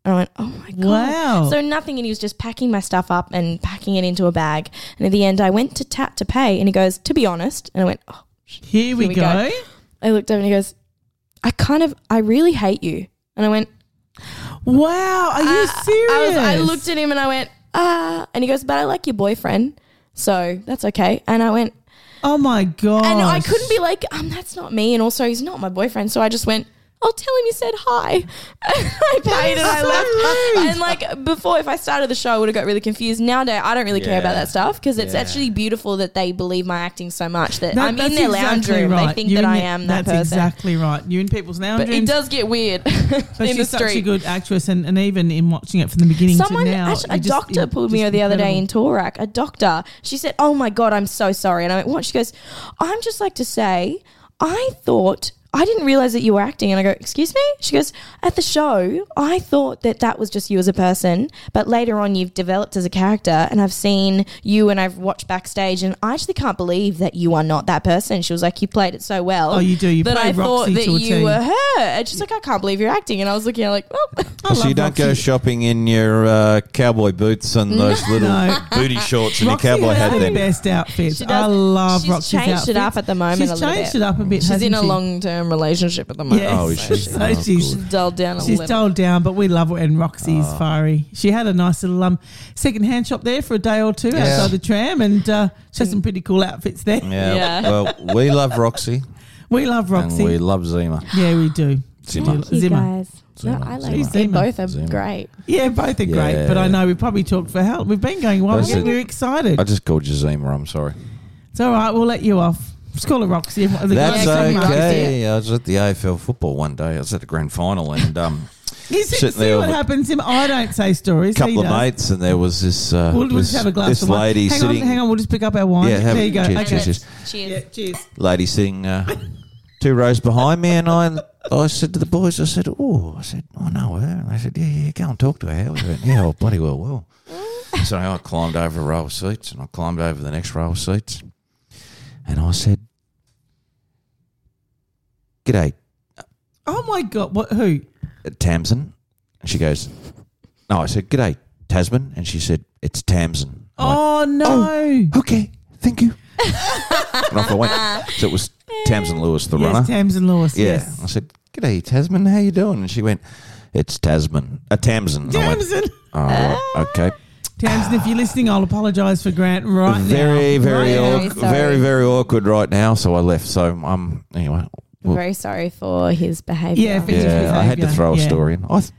And I went, oh my God.
Wow.
So nothing. And he was just packing my stuff up and packing it into a bag. And at the end, I went to tap to pay. And he goes, to be honest. And I went, oh.
Here we,
we
go.
go. I looked over and he goes, I kind of, I really hate you. And I went,
Wow, are you serious?
Ah, I, was, I looked at him and I went, ah. And he goes, but I like your boyfriend. So that's okay. And I went,
Oh my god!
and I couldn't be like, um, that's not me. And also, he's not my boyfriend. So I just went, I'll tell him you said hi. And I paid and I
so
left.
rude.
And like before, if I started the show, I would have got really confused. Nowadays, I don't really care about
Yeah.
that stuff because it's
Yeah.
actually beautiful that they believe my acting so much that,
That-
I'm in
that's
their lounge
exactly
room. They
right.
think
You're
that
in
I
the-
am that
that's
person.
exactly right. You're in people's lounge
but it
rooms,
does get weird
But
in the
she's such a
street.
good actress, and, and even in watching it from the beginning
Someone,
to now,
actually,
you
a
just-
doctor
you-
pulled
just
me the other day in
incredible.
Torak. A doctor, she said, "Oh my god, I'm so sorry." And I went, "What?" She goes, "I'm just like to say, I thought I didn't realize that you were acting." And I go, "Excuse me?" She goes, "At the show, I thought that that was just you as a person, but later on, you've developed as a character, and I've seen you, and I've watched backstage, and I actually can't believe that you are not that person." She was like, "You played it so well.
Oh, you do. You
that
play
I thought
Roxy
that
to a
you
T.
were her." And she's like, "I can't believe you're acting," and I was looking at her like, "Oh."
I
so you
love
don't go
Roxy.
shopping in your uh, cowboy boots and those little
No.
booty shorts and your
Roxy
cowboy
has
hat.
the
Then
best outfits.
She
I
does.
love
She's
Roxy's
changed it up
outfits.
at the moment
She's
a little
changed
bit.
it up a bit.
She's in
hasn't
a
she?
long term relationship at the moment.
Yes.
Oh, is she?
So
Oh,
she's,
good. Ah.
Dulled down a
she's
little.
dulled down, but we love her. And Roxy's fiery. She had a nice little um second hand shop there for a day or two outside the tram, and uh, she has some pretty cool outfits there.
yeah.
Yeah.
Well, we love Roxy
We love Roxy.
and we love Zima.
yeah, we do.
Zima.
Thank you Zimmer.
guys.
Zimmer,
No, I like
Zimmer.
it. They
Zimmer.
both are
Zimmer.
great.
Yeah, both are great, but I
Yeah.
know we probably talked for hell. We've been going well.
That's it.
We're excited.
I just called you Zima. I'm sorry.
It's all right. We'll let you off. Just call her Roxy. The
That's
girls-
okay. I was at the AFL football one day. I was at the grand final and um,
You see,
Sitting
see
there
what
with-
happens. Him, I don't say stories.
a couple
he
of
does.
mates, and there was this uh,
We'll, we'll
this,
just have a glass
this
of wine.
lady
hang
sitting
on, hang on. We'll just pick up our wine.
Yeah, have
there
it.
you go.
Cheers,
okay.
cheers, cheers.
Cheers.
Yeah, cheers.
lady sitting uh, two rows behind me, and I I said to the boys, I said, "Oh, I said I know her," and they said, "Yeah, yeah, go and talk to her." We went, "Yeah, well, bloody well, well." So I climbed over a row of seats, and I climbed over the next row of seats, and I said, "G'day,
Oh my god! What? Who?
Tamsin," and she goes, "No," I said, "G'day, Tasman," and she said, "It's Tamsin." I went,
Oh no!
okay, thank you. and off I went. So it was Tamsin Lewis, the runner.
yes, Tamsin Lewis.
Yeah. I
Yes.
said, G'day, Tasman, how you doing? And she went, It's Tasman. A Tamsin. And I went,
Tamsin.
"Oh, right, okay.
Tamsin, if you're listening, I'll apologise for Grant right
very,
now.
very,
right
now.
awk-
Sorry.
very, very awkward right now. So I left. So I'm, anyway.
I'm
well,
very sorry for his behaviour.
Yeah, for his
yeah, I had to
behaviour,
throw a
yeah.
story in. I th-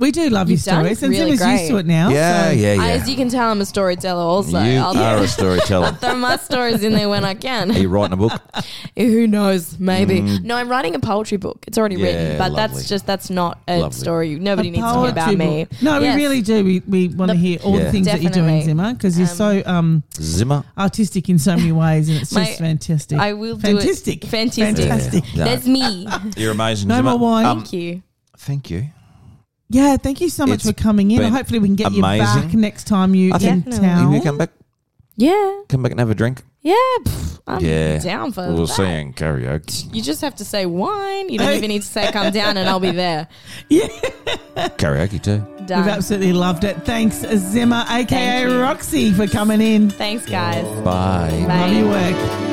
We do love
You've
your
done
stories, and
really
Zimmer's used
great.
to it now.
yeah,
so-
yeah,
I-
yeah.
As you can tell, I'm a storyteller. Also,
you
I'll
are a storyteller.
throw my stories in there when I
are
can.
you writing a book?
Who knows? Maybe.
Mm.
No, I'm writing a poetry book. It's already
Yeah,
written, but
lovely.
that's just that's not a
Lovely.
story. Nobody
A
needs to hear about
poetry
me.
book. No,
Yes.
we really do. We, we want to
The-
hear all the
Yeah.
things that you're doing,
Definitely.
Zimmer, because you're so um,
Zimmer.
artistic in so many ways, and it's
My-
just fantastic.
I will do it.
fantastic.
Fantastic.
Fantastic.
Yeah.
There's me.
You're amazing.
No
Zimmer.
more wine.
Um,
Thank you.
thank you.
Yeah, thank you so much
It's
for coming in.
been
Hopefully, we can get you back
amazing.
next time you
I
in
think-
If
town.
you come back,
Yeah.
come back and have a drink.
Yeah. pff, I'm
Yeah.
down for
we'll
that.
see you in karaoke.
You just have to say wine. You don't
Hey.
even need to say come down and I'll be there.
karaoke too.
We've
Done.
absolutely loved it. Thanks, Zimmer, aka
Thank you.
Roxy, for coming in.
Thanks, guys.
Bye.
Bye.
Love your work.